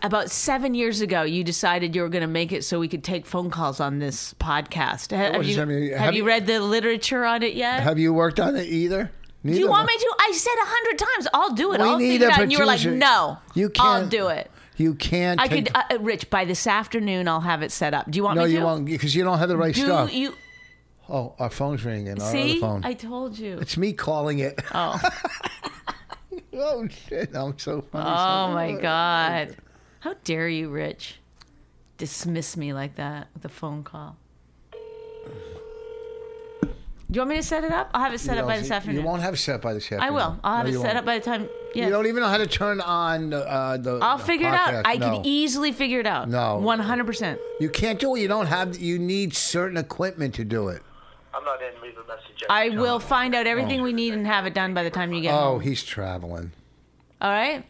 Speaker 3: About seven years ago, you decided you were going to make it so we could take phone calls on this podcast. Ha- Have
Speaker 2: was
Speaker 3: you,
Speaker 2: seven years-
Speaker 3: have
Speaker 2: have
Speaker 3: you
Speaker 2: you-
Speaker 3: read the literature on it yet?
Speaker 2: Have you worked on it either?
Speaker 3: do you want me to? I said a hundred times, I'll do it.
Speaker 2: We
Speaker 3: I'll
Speaker 2: need
Speaker 3: figure
Speaker 2: a
Speaker 3: it out. And you were like,
Speaker 2: producer.
Speaker 3: no,
Speaker 2: You
Speaker 3: I'll
Speaker 2: can't
Speaker 3: do it.
Speaker 2: You can't.
Speaker 3: I
Speaker 2: take-
Speaker 3: could, uh, uh, Rich, by this afternoon, I'll have it set up. Do you want
Speaker 2: no,
Speaker 3: me to?
Speaker 2: you won't because you don't have the right
Speaker 3: Do
Speaker 2: stuff.
Speaker 3: you
Speaker 2: oh, our phone's ringing. Our other
Speaker 3: see?
Speaker 2: phone.
Speaker 3: I told you.
Speaker 2: it's me calling it.
Speaker 3: Oh.
Speaker 2: oh shit! I'm so funny.
Speaker 3: Oh my God. How dare you, Rich, dismiss me like that with a phone call? Do you want me to set it up? I'll have it set
Speaker 2: You
Speaker 3: up by
Speaker 2: don't-
Speaker 3: this afternoon.
Speaker 2: You won't have it set by this afternoon.
Speaker 3: I will. I'll have
Speaker 2: No,
Speaker 3: it
Speaker 2: you
Speaker 3: set
Speaker 2: won't.
Speaker 3: up by the time. Yeah.
Speaker 2: You don't even know how to turn on uh, the.
Speaker 3: I'll
Speaker 2: the
Speaker 3: figure it
Speaker 2: podcast.
Speaker 3: out. I
Speaker 2: No.
Speaker 3: can e- easily figure it out.
Speaker 2: No.
Speaker 3: 100%.
Speaker 2: You can't do it. You don't have. You need certain equipment to do it.
Speaker 5: I'm not in. Leave a message. at
Speaker 3: I
Speaker 5: the
Speaker 3: will
Speaker 5: time.
Speaker 3: find out everything we need and have it done by the time you get
Speaker 2: Oh,
Speaker 3: home.
Speaker 2: he's traveling. Uh,
Speaker 3: All right?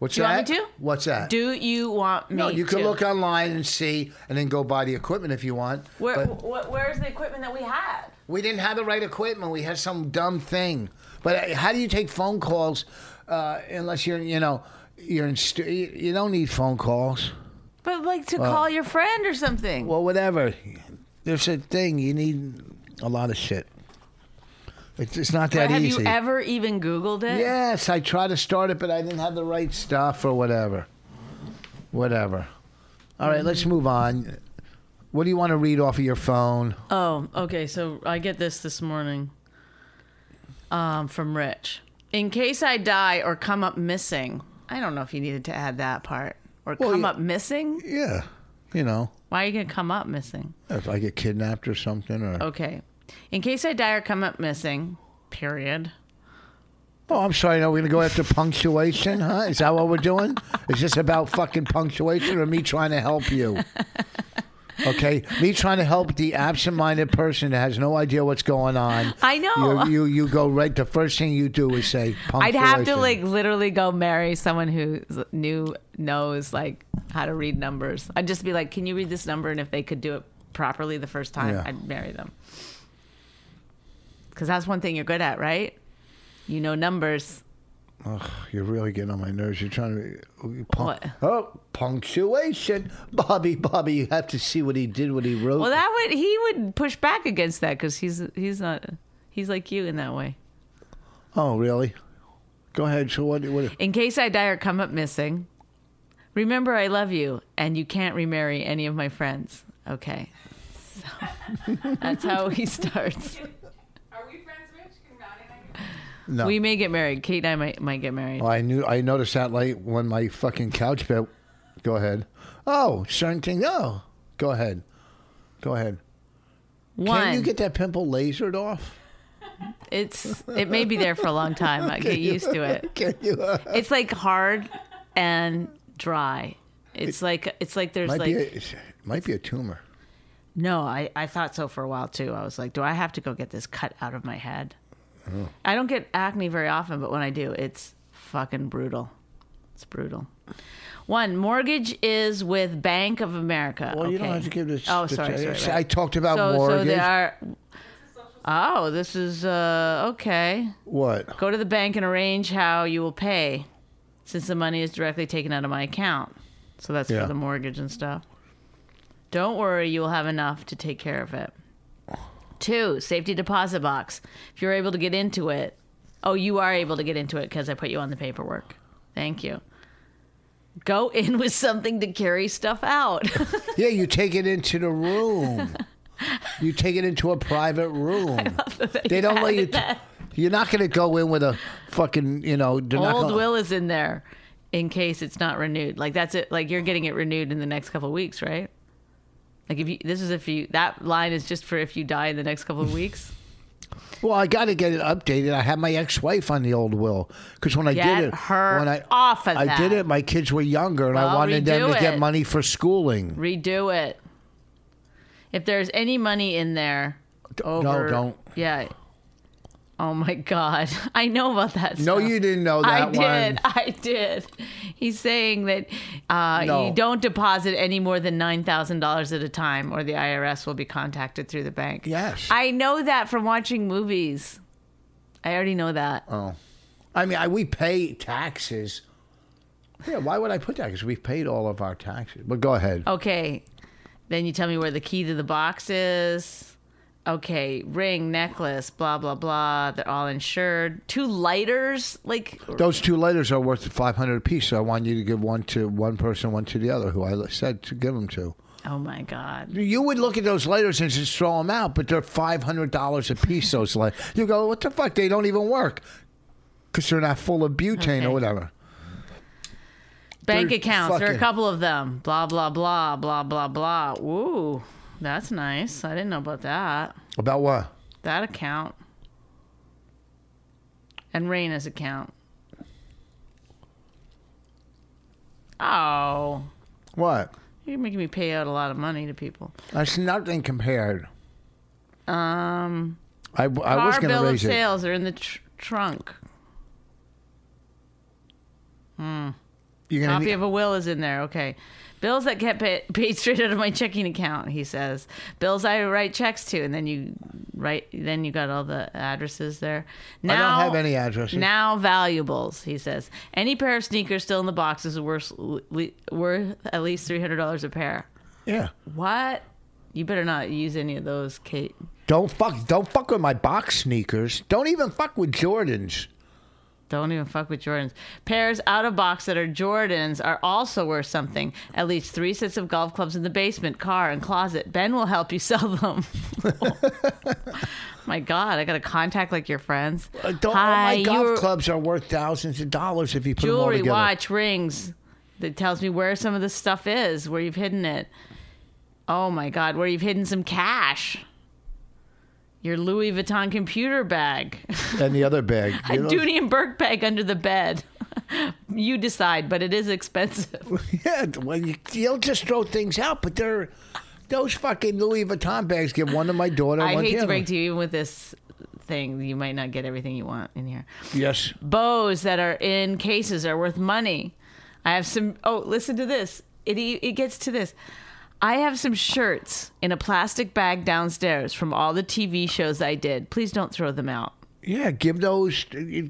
Speaker 2: What's
Speaker 3: Do you
Speaker 2: that?
Speaker 3: want me to?
Speaker 2: What's that?
Speaker 3: Do you want me
Speaker 2: no, you can
Speaker 3: to?
Speaker 2: look online and see, and then go buy the equipment if you want.
Speaker 3: Where,
Speaker 2: but
Speaker 3: wh- where's the equipment that we have?
Speaker 2: we didn't have the right equipment. We had some dumb thing. But uh, how do you take phone calls uh, unless you're, you know, you're in. Stu- you you don't need phone calls.
Speaker 3: But like to call your friend or something.
Speaker 2: Well, whatever. There's a thing you need a lot of shit. It's, it's not that
Speaker 3: have
Speaker 2: easy.
Speaker 3: you ever even Googled it?
Speaker 2: Yes, I tried to start it, but I didn't have the right stuff or whatever. Whatever. All right, let's move on. What do you want to read off of your phone?
Speaker 3: Oh, okay. So I get this this morning um, from Rich. In case I die or come up missing, I don't know if you needed to add that part. Or
Speaker 2: Well,
Speaker 3: come
Speaker 2: yeah.
Speaker 3: up missing?
Speaker 2: Yeah, you know,
Speaker 3: Why are you going to come up missing?
Speaker 2: if I get kidnapped or something, or
Speaker 3: Okay. In case I die or come up missing, period.
Speaker 2: oh, I'm sorry, no, we're gonna go after punctuation, huh? Is that what we're doing? Is this about fucking punctuation or me trying to help you? Okay, me trying to help the absent-minded person that has no idea what's going on.
Speaker 3: I know.
Speaker 2: You you, you go right. The first thing you do is say
Speaker 3: Oh. I'd
Speaker 2: punctuation.
Speaker 3: have to like literally go marry someone who knew knows like how to read numbers. I'd just be like, "Can you read this number?" And if they could do it properly the first time,
Speaker 2: Yeah.
Speaker 3: I'd marry them. Because that's one thing you're good at, right? You know numbers.
Speaker 2: You're really getting on my nerves. You're trying to. you punk-
Speaker 3: What?
Speaker 2: Oh, punctuation. Bobby, Bobby, you have to see what he did, what he wrote.
Speaker 3: Well, that would he would push back against that because he's he's not he's like you in that way.
Speaker 2: oh, really? Go ahead. So what? what
Speaker 3: In case I die or come up missing, remember I love you and you can't remarry any of my friends. Okay. So that's how he starts.
Speaker 4: Are we friends, Rich? Can Maddie and I be
Speaker 2: no.
Speaker 3: We may get married. Kate and I might, might get married.
Speaker 2: Oh. Well, I knew. I noticed that late when my fucking couch bit. Go ahead. Oh, certain thing. Oh, go ahead. Go ahead.
Speaker 3: One,
Speaker 2: Can you get that pimple lasered off?
Speaker 3: it's it may be there for a long time. I get used to it.
Speaker 2: Can you? Uh,
Speaker 3: It's like hard and dry. It's like it's like there's
Speaker 2: might
Speaker 3: like
Speaker 2: be. A, it might be a tumor.
Speaker 3: no. I I thought so for a while too. I was like, do I have to go get this cut out of my head?
Speaker 2: Oh.
Speaker 3: I don't get acne very often, but when I do, it's fucking brutal. It's brutal. One mortgage is with Bank of America.
Speaker 2: Well, you don't
Speaker 3: Okay.
Speaker 2: have to give this.
Speaker 3: Oh,
Speaker 2: the-
Speaker 3: sorry, sorry,
Speaker 2: I,
Speaker 3: right.
Speaker 2: talked about
Speaker 3: so, so
Speaker 2: mortgage.
Speaker 3: there are. Oh, this is uh, okay.
Speaker 2: what?
Speaker 3: Go to the bank and arrange how you will pay, since the money is directly taken out of my account. So that's
Speaker 2: Yeah.
Speaker 3: for the mortgage and stuff. Don't worry, you will have enough to take care of it. Two, safety deposit box. If you're able to get into it, oh, you are able to get into it because I put you on the paperwork. Thank you. Go in with something to carry stuff out.
Speaker 2: Yeah, you take it into the room. you take it into a private room. they don't let you. T- you're not going to go in with a fucking, you know, they're not
Speaker 3: Old
Speaker 2: gonna-
Speaker 3: will is in there in case it's not renewed. Like that's it. Like you're getting it renewed in the next couple of weeks, right? Like if you, this is if you, that line is just for if you die in the next couple of weeks.
Speaker 2: Well, I got to get it updated. I had my ex-wife on the old will because when I
Speaker 3: Get
Speaker 2: did it,
Speaker 3: her
Speaker 2: when I
Speaker 3: off of
Speaker 2: I did
Speaker 3: that.
Speaker 2: it. My kids were younger, and I
Speaker 3: Well,
Speaker 2: wanted them
Speaker 3: redo
Speaker 2: to get
Speaker 3: it.
Speaker 2: money for schooling.
Speaker 3: Redo it. If there's any money in there, over.
Speaker 2: don't.
Speaker 3: Yeah. Oh my God. I know about that.
Speaker 2: No,
Speaker 3: stuff.
Speaker 2: you didn't know that
Speaker 3: I
Speaker 2: one.
Speaker 3: did. I did. He's saying that uh,
Speaker 2: No.
Speaker 3: you don't deposit any more than $9,000 at a time, or the IRS will be contacted through the bank.
Speaker 2: Yes.
Speaker 3: I know that from watching movies. I already know that.
Speaker 2: Oh, I mean, I, we pay taxes. Yeah, why would I put that? Because we've paid all of our taxes. But go ahead.
Speaker 3: Okay. Then you tell me where the key to the box is. Okay, ring, necklace, blah, blah, blah. They're all insured. Two lighters, like
Speaker 2: Those two letters are worth five hundred apiece. So I want you to give one to one person, one to the other, who I said to give them to.
Speaker 3: Oh my God.
Speaker 2: You would look at those letters and just throw them out, but they're five hundred dollars a piece. Those letters, you go, what the fuck? They don't even work because they're not full of butane
Speaker 3: Okay.
Speaker 2: or whatever.
Speaker 3: Bank
Speaker 2: They're
Speaker 3: accounts. There are a
Speaker 2: fucking-
Speaker 3: couple of them. Blah, blah, blah, blah, blah, blah. Ooh, that's nice. I didn't know about that.
Speaker 2: About what?
Speaker 3: That account. And Raina's account. Oh,
Speaker 2: What?
Speaker 3: you're making me pay out a lot of money to people.
Speaker 2: That's nothing compared.
Speaker 3: Um,
Speaker 2: I, I was going
Speaker 3: car
Speaker 2: to
Speaker 3: bill of
Speaker 2: raise it.
Speaker 3: sales are in the tr- trunk.
Speaker 2: You're going
Speaker 3: Copy
Speaker 2: to
Speaker 3: of a will is in there. Okay. Bills that get paid, paid straight out of my checking account, he says. Bills I write checks to, and then you write. Then you got all the addresses there.
Speaker 2: don't have any addresses.
Speaker 3: Now valuables, he says. Any pair of sneakers still in the box is worth le- worth at least three hundred dollars a pair.
Speaker 2: yeah.
Speaker 3: What? You better not use any of those, Kate.
Speaker 2: Don't fuck. Don't fuck with my box sneakers. Don't even fuck with Jordans.
Speaker 3: Don't even fuck with Jordans. Pairs out of box that are Jordans are also worth something. At least three sets of golf clubs in the basement, car, and closet. Ben will help you sell them. My God, I got to contact like your friends.
Speaker 2: Uh, Don't,
Speaker 3: Hi,
Speaker 2: all my golf
Speaker 3: your
Speaker 2: clubs are worth thousands of dollars if you put them all
Speaker 3: jewelry,
Speaker 2: together.
Speaker 3: watch, rings. That tells me where some of the stuff is, where you've hidden it. Oh my God, where you've hidden some cash. Your Louis Vuitton computer bag.
Speaker 2: And the other bag.
Speaker 3: A
Speaker 2: you know?
Speaker 3: Dooney and Burke bag under the bed. you decide, but it is expensive.
Speaker 2: Yeah, well, you, you'll just throw things out, but they're those fucking Louis Vuitton bags. Give one to my daughter.
Speaker 3: I
Speaker 2: one
Speaker 3: hate
Speaker 2: the
Speaker 3: to
Speaker 2: other.
Speaker 3: break to you, even with this thing, you might not get everything you want in here.
Speaker 2: Yes,
Speaker 3: Bows that are in cases are worth money. I have some. Oh, listen to this. It e, it gets to this. I have some shirts in a plastic bag downstairs from all the TV shows I did. Please don't throw them out.
Speaker 2: yeah. Give those.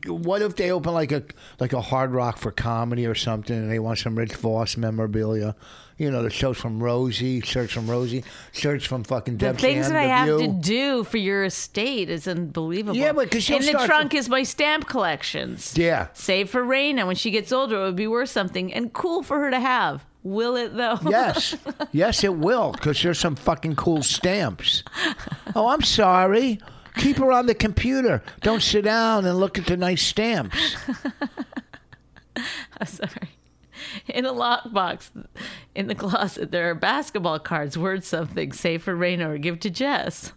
Speaker 2: What if they open like a like a Hard Rock for comedy or something, and they want some Rich Voss memorabilia? You know, the shows from Rosie, shirts from Rosie, shirts from fucking
Speaker 3: The
Speaker 2: Def
Speaker 3: things
Speaker 2: Jam,
Speaker 3: that I
Speaker 2: The
Speaker 3: have
Speaker 2: View.
Speaker 3: to do for your estate is unbelievable.
Speaker 2: Yeah, but 'cause you'll
Speaker 3: in the
Speaker 2: start to-
Speaker 3: trunk is my stamp collections.
Speaker 2: Yeah.
Speaker 3: Save for Raina when she gets older, it would be worth something and cool for her to have. Will it though?
Speaker 2: Yes, yes, it will, because there's some fucking cool stamps. Oh, I'm sorry. Keep her on the computer. Don't sit down and look at the nice stamps.
Speaker 3: Sorry. In a lockbox in the closet, there are basketball cards, word something, save for Raina or give to Jess.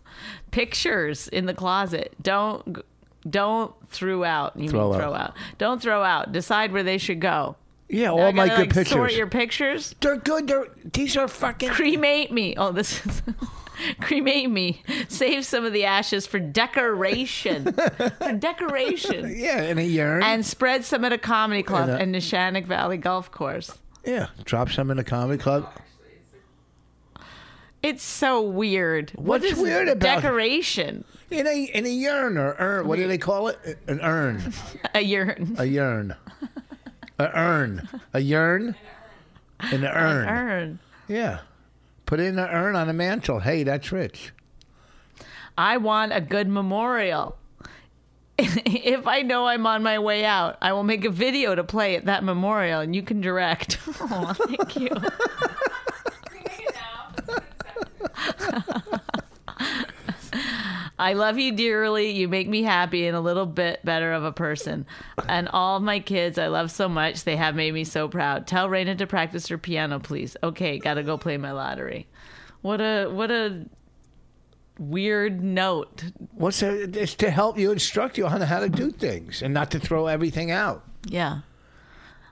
Speaker 3: Pictures in the closet. Don't don't throw out. You
Speaker 2: Throw
Speaker 3: mean
Speaker 2: out.
Speaker 3: throw out. Don't throw out. Decide where they should go.
Speaker 2: Yeah,
Speaker 3: Now I
Speaker 2: all my
Speaker 3: gotta,
Speaker 2: good
Speaker 3: like,
Speaker 2: pictures.
Speaker 3: Sort your pictures.
Speaker 2: They're good. They're these are fucking.
Speaker 3: cremate me. Oh, this is cremate me. Save some of the ashes for decoration. for decoration.
Speaker 2: Yeah, in a urn.
Speaker 3: And spread some at a comedy club
Speaker 2: And, uh,
Speaker 3: and Neshanic Valley Golf Course.
Speaker 2: yeah, drop some in a comedy club.
Speaker 3: It's so weird.
Speaker 2: What's weird about it?
Speaker 3: decoration?
Speaker 2: In a in a urn or urn. What do they call it? An urn.
Speaker 3: A urn.
Speaker 2: A urn. A urn. A urn. In an urn.
Speaker 3: Urn.
Speaker 2: Yeah. Put it in an urn on a mantle. Hey, that's rich.
Speaker 3: I want a good memorial. if I know I'm on my way out, I will make a video to play at that memorial and you can direct. oh, thank you.
Speaker 4: Can we make it now?
Speaker 3: I love you dearly. You make me happy and a little bit better of a person. And all my kids I love so much. They have made me so proud. Tell Raina to practice her piano, please. Okay, gotta go play my lottery. What a what a weird note.
Speaker 2: What's it? It's to help you instruct you on how to do things and not to throw everything out.
Speaker 3: Yeah.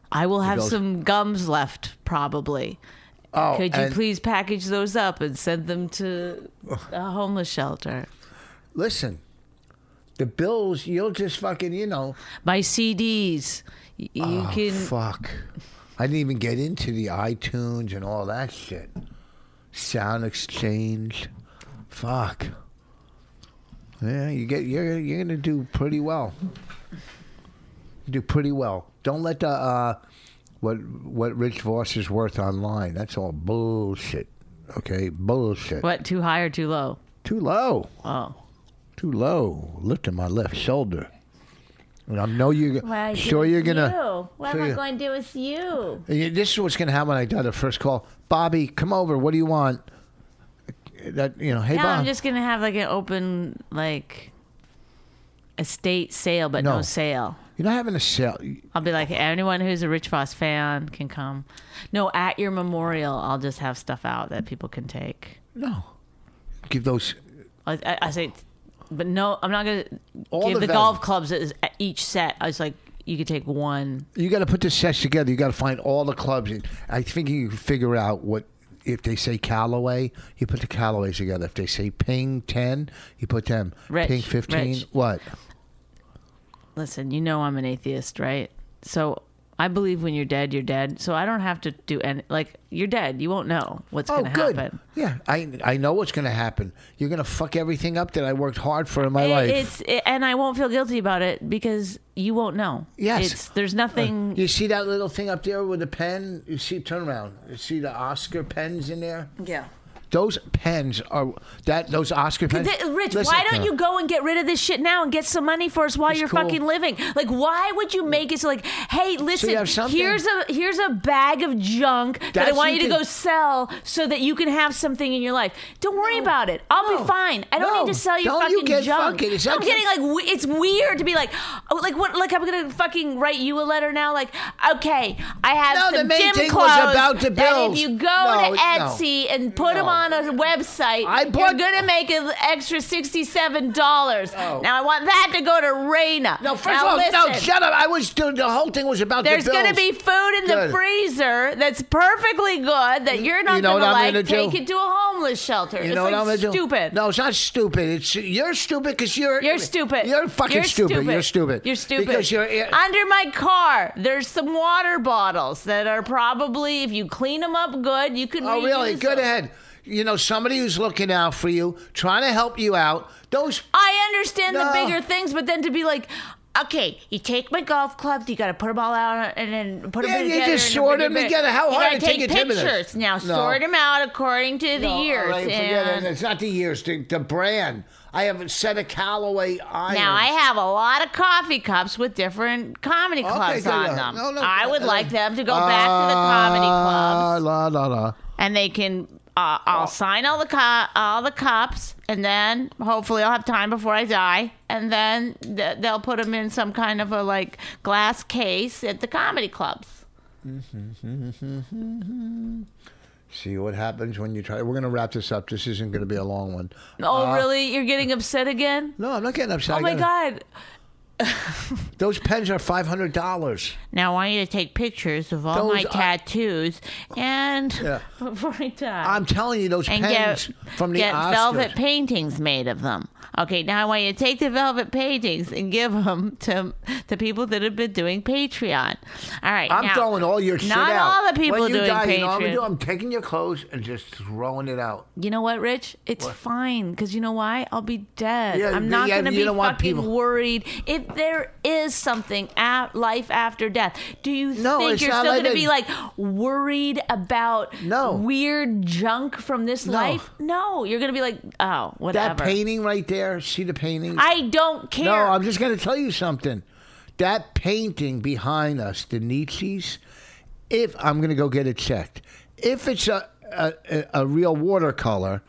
Speaker 3: I will have
Speaker 2: goes-
Speaker 3: some gums left, probably.
Speaker 2: Oh,
Speaker 3: Could you
Speaker 2: and
Speaker 3: please package those up and send them to a homeless shelter?
Speaker 2: listen? The bills, you'll just fucking, you know,
Speaker 3: My CDs. Y- You can
Speaker 2: Oh, fuck. I didn't even get into the iTunes and all that shit. Sound Exchange, fuck. Yeah, you get you're you're gonna do pretty well. You do pretty well. Don't let the uh, what what Rich Voss is worth online. That's all bullshit. Okay, bullshit.
Speaker 3: what too high or too low?
Speaker 2: Too low.
Speaker 3: Oh.
Speaker 2: Too low. Lifting my left shoulder. And I know you're sure you're gonna.
Speaker 3: What
Speaker 2: am I sure you-
Speaker 3: going to do with you?
Speaker 2: Yeah, This is what's going to happen when I do the first call. Bobby, come over. What do you want? That you know, hey
Speaker 3: No,
Speaker 2: Bob.
Speaker 3: I'm just going to have like an open like estate sale, but no,
Speaker 2: No.
Speaker 3: sale.
Speaker 2: You're not having a sale.
Speaker 3: I'll be like anyone who's a Rich Voss fan can come. No, at your memorial, I'll just have stuff out that people can take.
Speaker 2: No, give those.
Speaker 3: I, I, I say, but no, I'm not gonna
Speaker 2: All
Speaker 3: give
Speaker 2: the
Speaker 3: the, golf
Speaker 2: value.
Speaker 3: clubs as- at each set. I was like, you could take one.
Speaker 2: You got to put this sets together. You got to find all the clubs. I think you can figure out what if they say Callaway, you put the Callaways together. If they say Ping ten, you put them.
Speaker 3: Rich,
Speaker 2: Ping fifteen.
Speaker 3: Rich.
Speaker 2: What?
Speaker 3: Listen, you know I'm an atheist, right? So I believe when you're dead, you're dead. So I don't have to do any. Like you're dead, you won't know what's
Speaker 2: Oh,
Speaker 3: gonna
Speaker 2: good.
Speaker 3: happen.
Speaker 2: Yeah, I I know what's going to happen. You're going to fuck everything up that I worked hard for in my
Speaker 3: It-
Speaker 2: life.
Speaker 3: It's it, and I won't feel guilty about it because you won't know.
Speaker 2: Yes.
Speaker 3: it's, there's nothing.
Speaker 2: You see that little thing up there with the pen? You see, turn around. You see the Oscar pens in there?
Speaker 3: yeah.
Speaker 2: Those pens are that those Oscar pens.
Speaker 3: Th- Rich,
Speaker 2: Listen, uh,
Speaker 3: why don't you go and get rid of this shit now and get some money for us while
Speaker 2: It's
Speaker 3: you're
Speaker 2: cool.
Speaker 3: fucking living? Like, why would you make it so like, hey, listen,
Speaker 2: have something-
Speaker 3: here's a here's a bag of junk that I
Speaker 2: That's
Speaker 3: want
Speaker 2: you
Speaker 3: you to
Speaker 2: can-
Speaker 3: go sell so that you can have something in your life. Don't worry about it. I'll
Speaker 2: No.
Speaker 3: be fine. I don't
Speaker 2: No.
Speaker 3: need to sell you
Speaker 2: Don't you
Speaker 3: fucking
Speaker 2: get
Speaker 3: junk.
Speaker 2: fucking- it's
Speaker 3: I'm
Speaker 2: not-
Speaker 3: getting like we- it's weird to be like, oh, like what? Like I'm gonna fucking write you a letter now. Like, okay, I have
Speaker 2: No, the
Speaker 3: some
Speaker 2: main
Speaker 3: gym
Speaker 2: thing was
Speaker 3: clothes
Speaker 2: about the
Speaker 3: that if
Speaker 2: bills.
Speaker 3: you go
Speaker 2: No,
Speaker 3: to
Speaker 2: no.
Speaker 3: Etsy and put them
Speaker 2: No.
Speaker 3: on a website,
Speaker 2: I bought-
Speaker 3: you're gonna to make an extra sixty-seven dollars.
Speaker 2: Oh.
Speaker 3: Now I want that to go to Raina.
Speaker 2: No, first
Speaker 3: Now
Speaker 2: of all, no,
Speaker 3: listen,
Speaker 2: shut up. I was doing the whole thing was about
Speaker 3: There's
Speaker 2: the bills.
Speaker 3: going to be food in
Speaker 2: Good.
Speaker 3: the freazer that's perfectly good that you're not
Speaker 2: you know
Speaker 3: going
Speaker 2: what
Speaker 3: to
Speaker 2: I'm
Speaker 3: like.
Speaker 2: gonna do?
Speaker 3: Take it to a homeless shelter.
Speaker 2: You
Speaker 3: it's
Speaker 2: know
Speaker 3: like
Speaker 2: what I'm gonna
Speaker 3: stupid.
Speaker 2: do? No, it's not stupid. It's you're stupid because you're
Speaker 3: You're stupid.
Speaker 2: You're fucking stupid. You're stupid.
Speaker 3: You're stupid.
Speaker 2: because you're.
Speaker 3: under my car. There's some water bottles that are probably, if you clean them up good, you can.
Speaker 2: Oh, really?
Speaker 3: reuse
Speaker 2: Good
Speaker 3: them.
Speaker 2: ahead. You know, somebody who's looking out for you, trying to help you out. Those
Speaker 3: I understand
Speaker 2: No.
Speaker 3: the bigger things, but then to be like, okay, you take my golf clubs, you got to put them all out, and then put them
Speaker 2: Yeah,
Speaker 3: in
Speaker 2: you
Speaker 3: together.
Speaker 2: just
Speaker 3: in a
Speaker 2: sort
Speaker 3: bigger
Speaker 2: 'em
Speaker 3: bin.
Speaker 2: together. How
Speaker 3: You
Speaker 2: hard
Speaker 3: gotta
Speaker 2: to take
Speaker 3: take
Speaker 2: it together?
Speaker 3: pictures now.
Speaker 2: No.
Speaker 3: Sort them out according to the
Speaker 2: No, all
Speaker 3: years.
Speaker 2: right, forget
Speaker 3: and
Speaker 2: it. It's not the years. The, the brand. I have a set of Callaway irons.
Speaker 3: now I have a lot of coffee cups with different comedy clubs
Speaker 2: good,
Speaker 3: on
Speaker 2: yeah. Uh,
Speaker 3: them.
Speaker 2: No, no,
Speaker 3: I would
Speaker 2: uh,
Speaker 3: like them to go back to the comedy
Speaker 2: Ah,
Speaker 3: clubs.
Speaker 2: La la la.
Speaker 3: and they can. Uh,
Speaker 2: Oh.
Speaker 3: I'll sign all the co- all the cups, and then hopefully I'll have time before I die, and then th- they'll put them in some kind of a like glass case at the comedy clubs.
Speaker 2: See what happens when you try. We're gonna wrap this up. This isn't gonna be a long one.
Speaker 3: Oh, really? You're getting upset again?
Speaker 2: No, I'm not getting upset.
Speaker 3: Oh
Speaker 2: Uh-huh. I
Speaker 3: my
Speaker 2: gotta-
Speaker 3: god!
Speaker 2: Those pens are five hundred dollars.
Speaker 3: Now I want you to take pictures of all
Speaker 2: Those
Speaker 3: my
Speaker 2: are-
Speaker 3: tattoos, and
Speaker 2: Yeah.
Speaker 3: before I die,
Speaker 2: I'm telling you, those
Speaker 3: and
Speaker 2: pens
Speaker 3: get
Speaker 2: from the
Speaker 3: get
Speaker 2: Oscars.
Speaker 3: velvet paintings made of them. Okay, now I want you to take the velvet paintings and give them to to people that have been doing Patreon. All right,
Speaker 2: I'm
Speaker 3: now,
Speaker 2: throwing all your shit out.
Speaker 3: not all the people
Speaker 2: when you
Speaker 3: doing
Speaker 2: die,
Speaker 3: Patreon.
Speaker 2: You know what I'm, gonna do? I'm taking your clothes and just throwing it out.
Speaker 3: You know what, Rich? It's fine because you know why? I'll be dead.
Speaker 2: Yeah,
Speaker 3: I'm not
Speaker 2: yeah,
Speaker 3: going to
Speaker 2: you
Speaker 3: be
Speaker 2: don't
Speaker 3: fucking
Speaker 2: want people-
Speaker 3: worried. If that there is something at life after death. Do you
Speaker 2: No,
Speaker 3: think
Speaker 2: it's
Speaker 3: you're
Speaker 2: not
Speaker 3: still
Speaker 2: like
Speaker 3: going to
Speaker 2: that.
Speaker 3: be like worried about
Speaker 2: No.
Speaker 3: weird junk from this life? No, you're going to be like, oh, whatever.
Speaker 2: That painting right there, see the painting?
Speaker 3: I don't care.
Speaker 2: No, I'm just going to tell you something. That painting behind us, the Nietzsche's, if I'm going to go get it checked, if it's a, a, a- a real watercolor,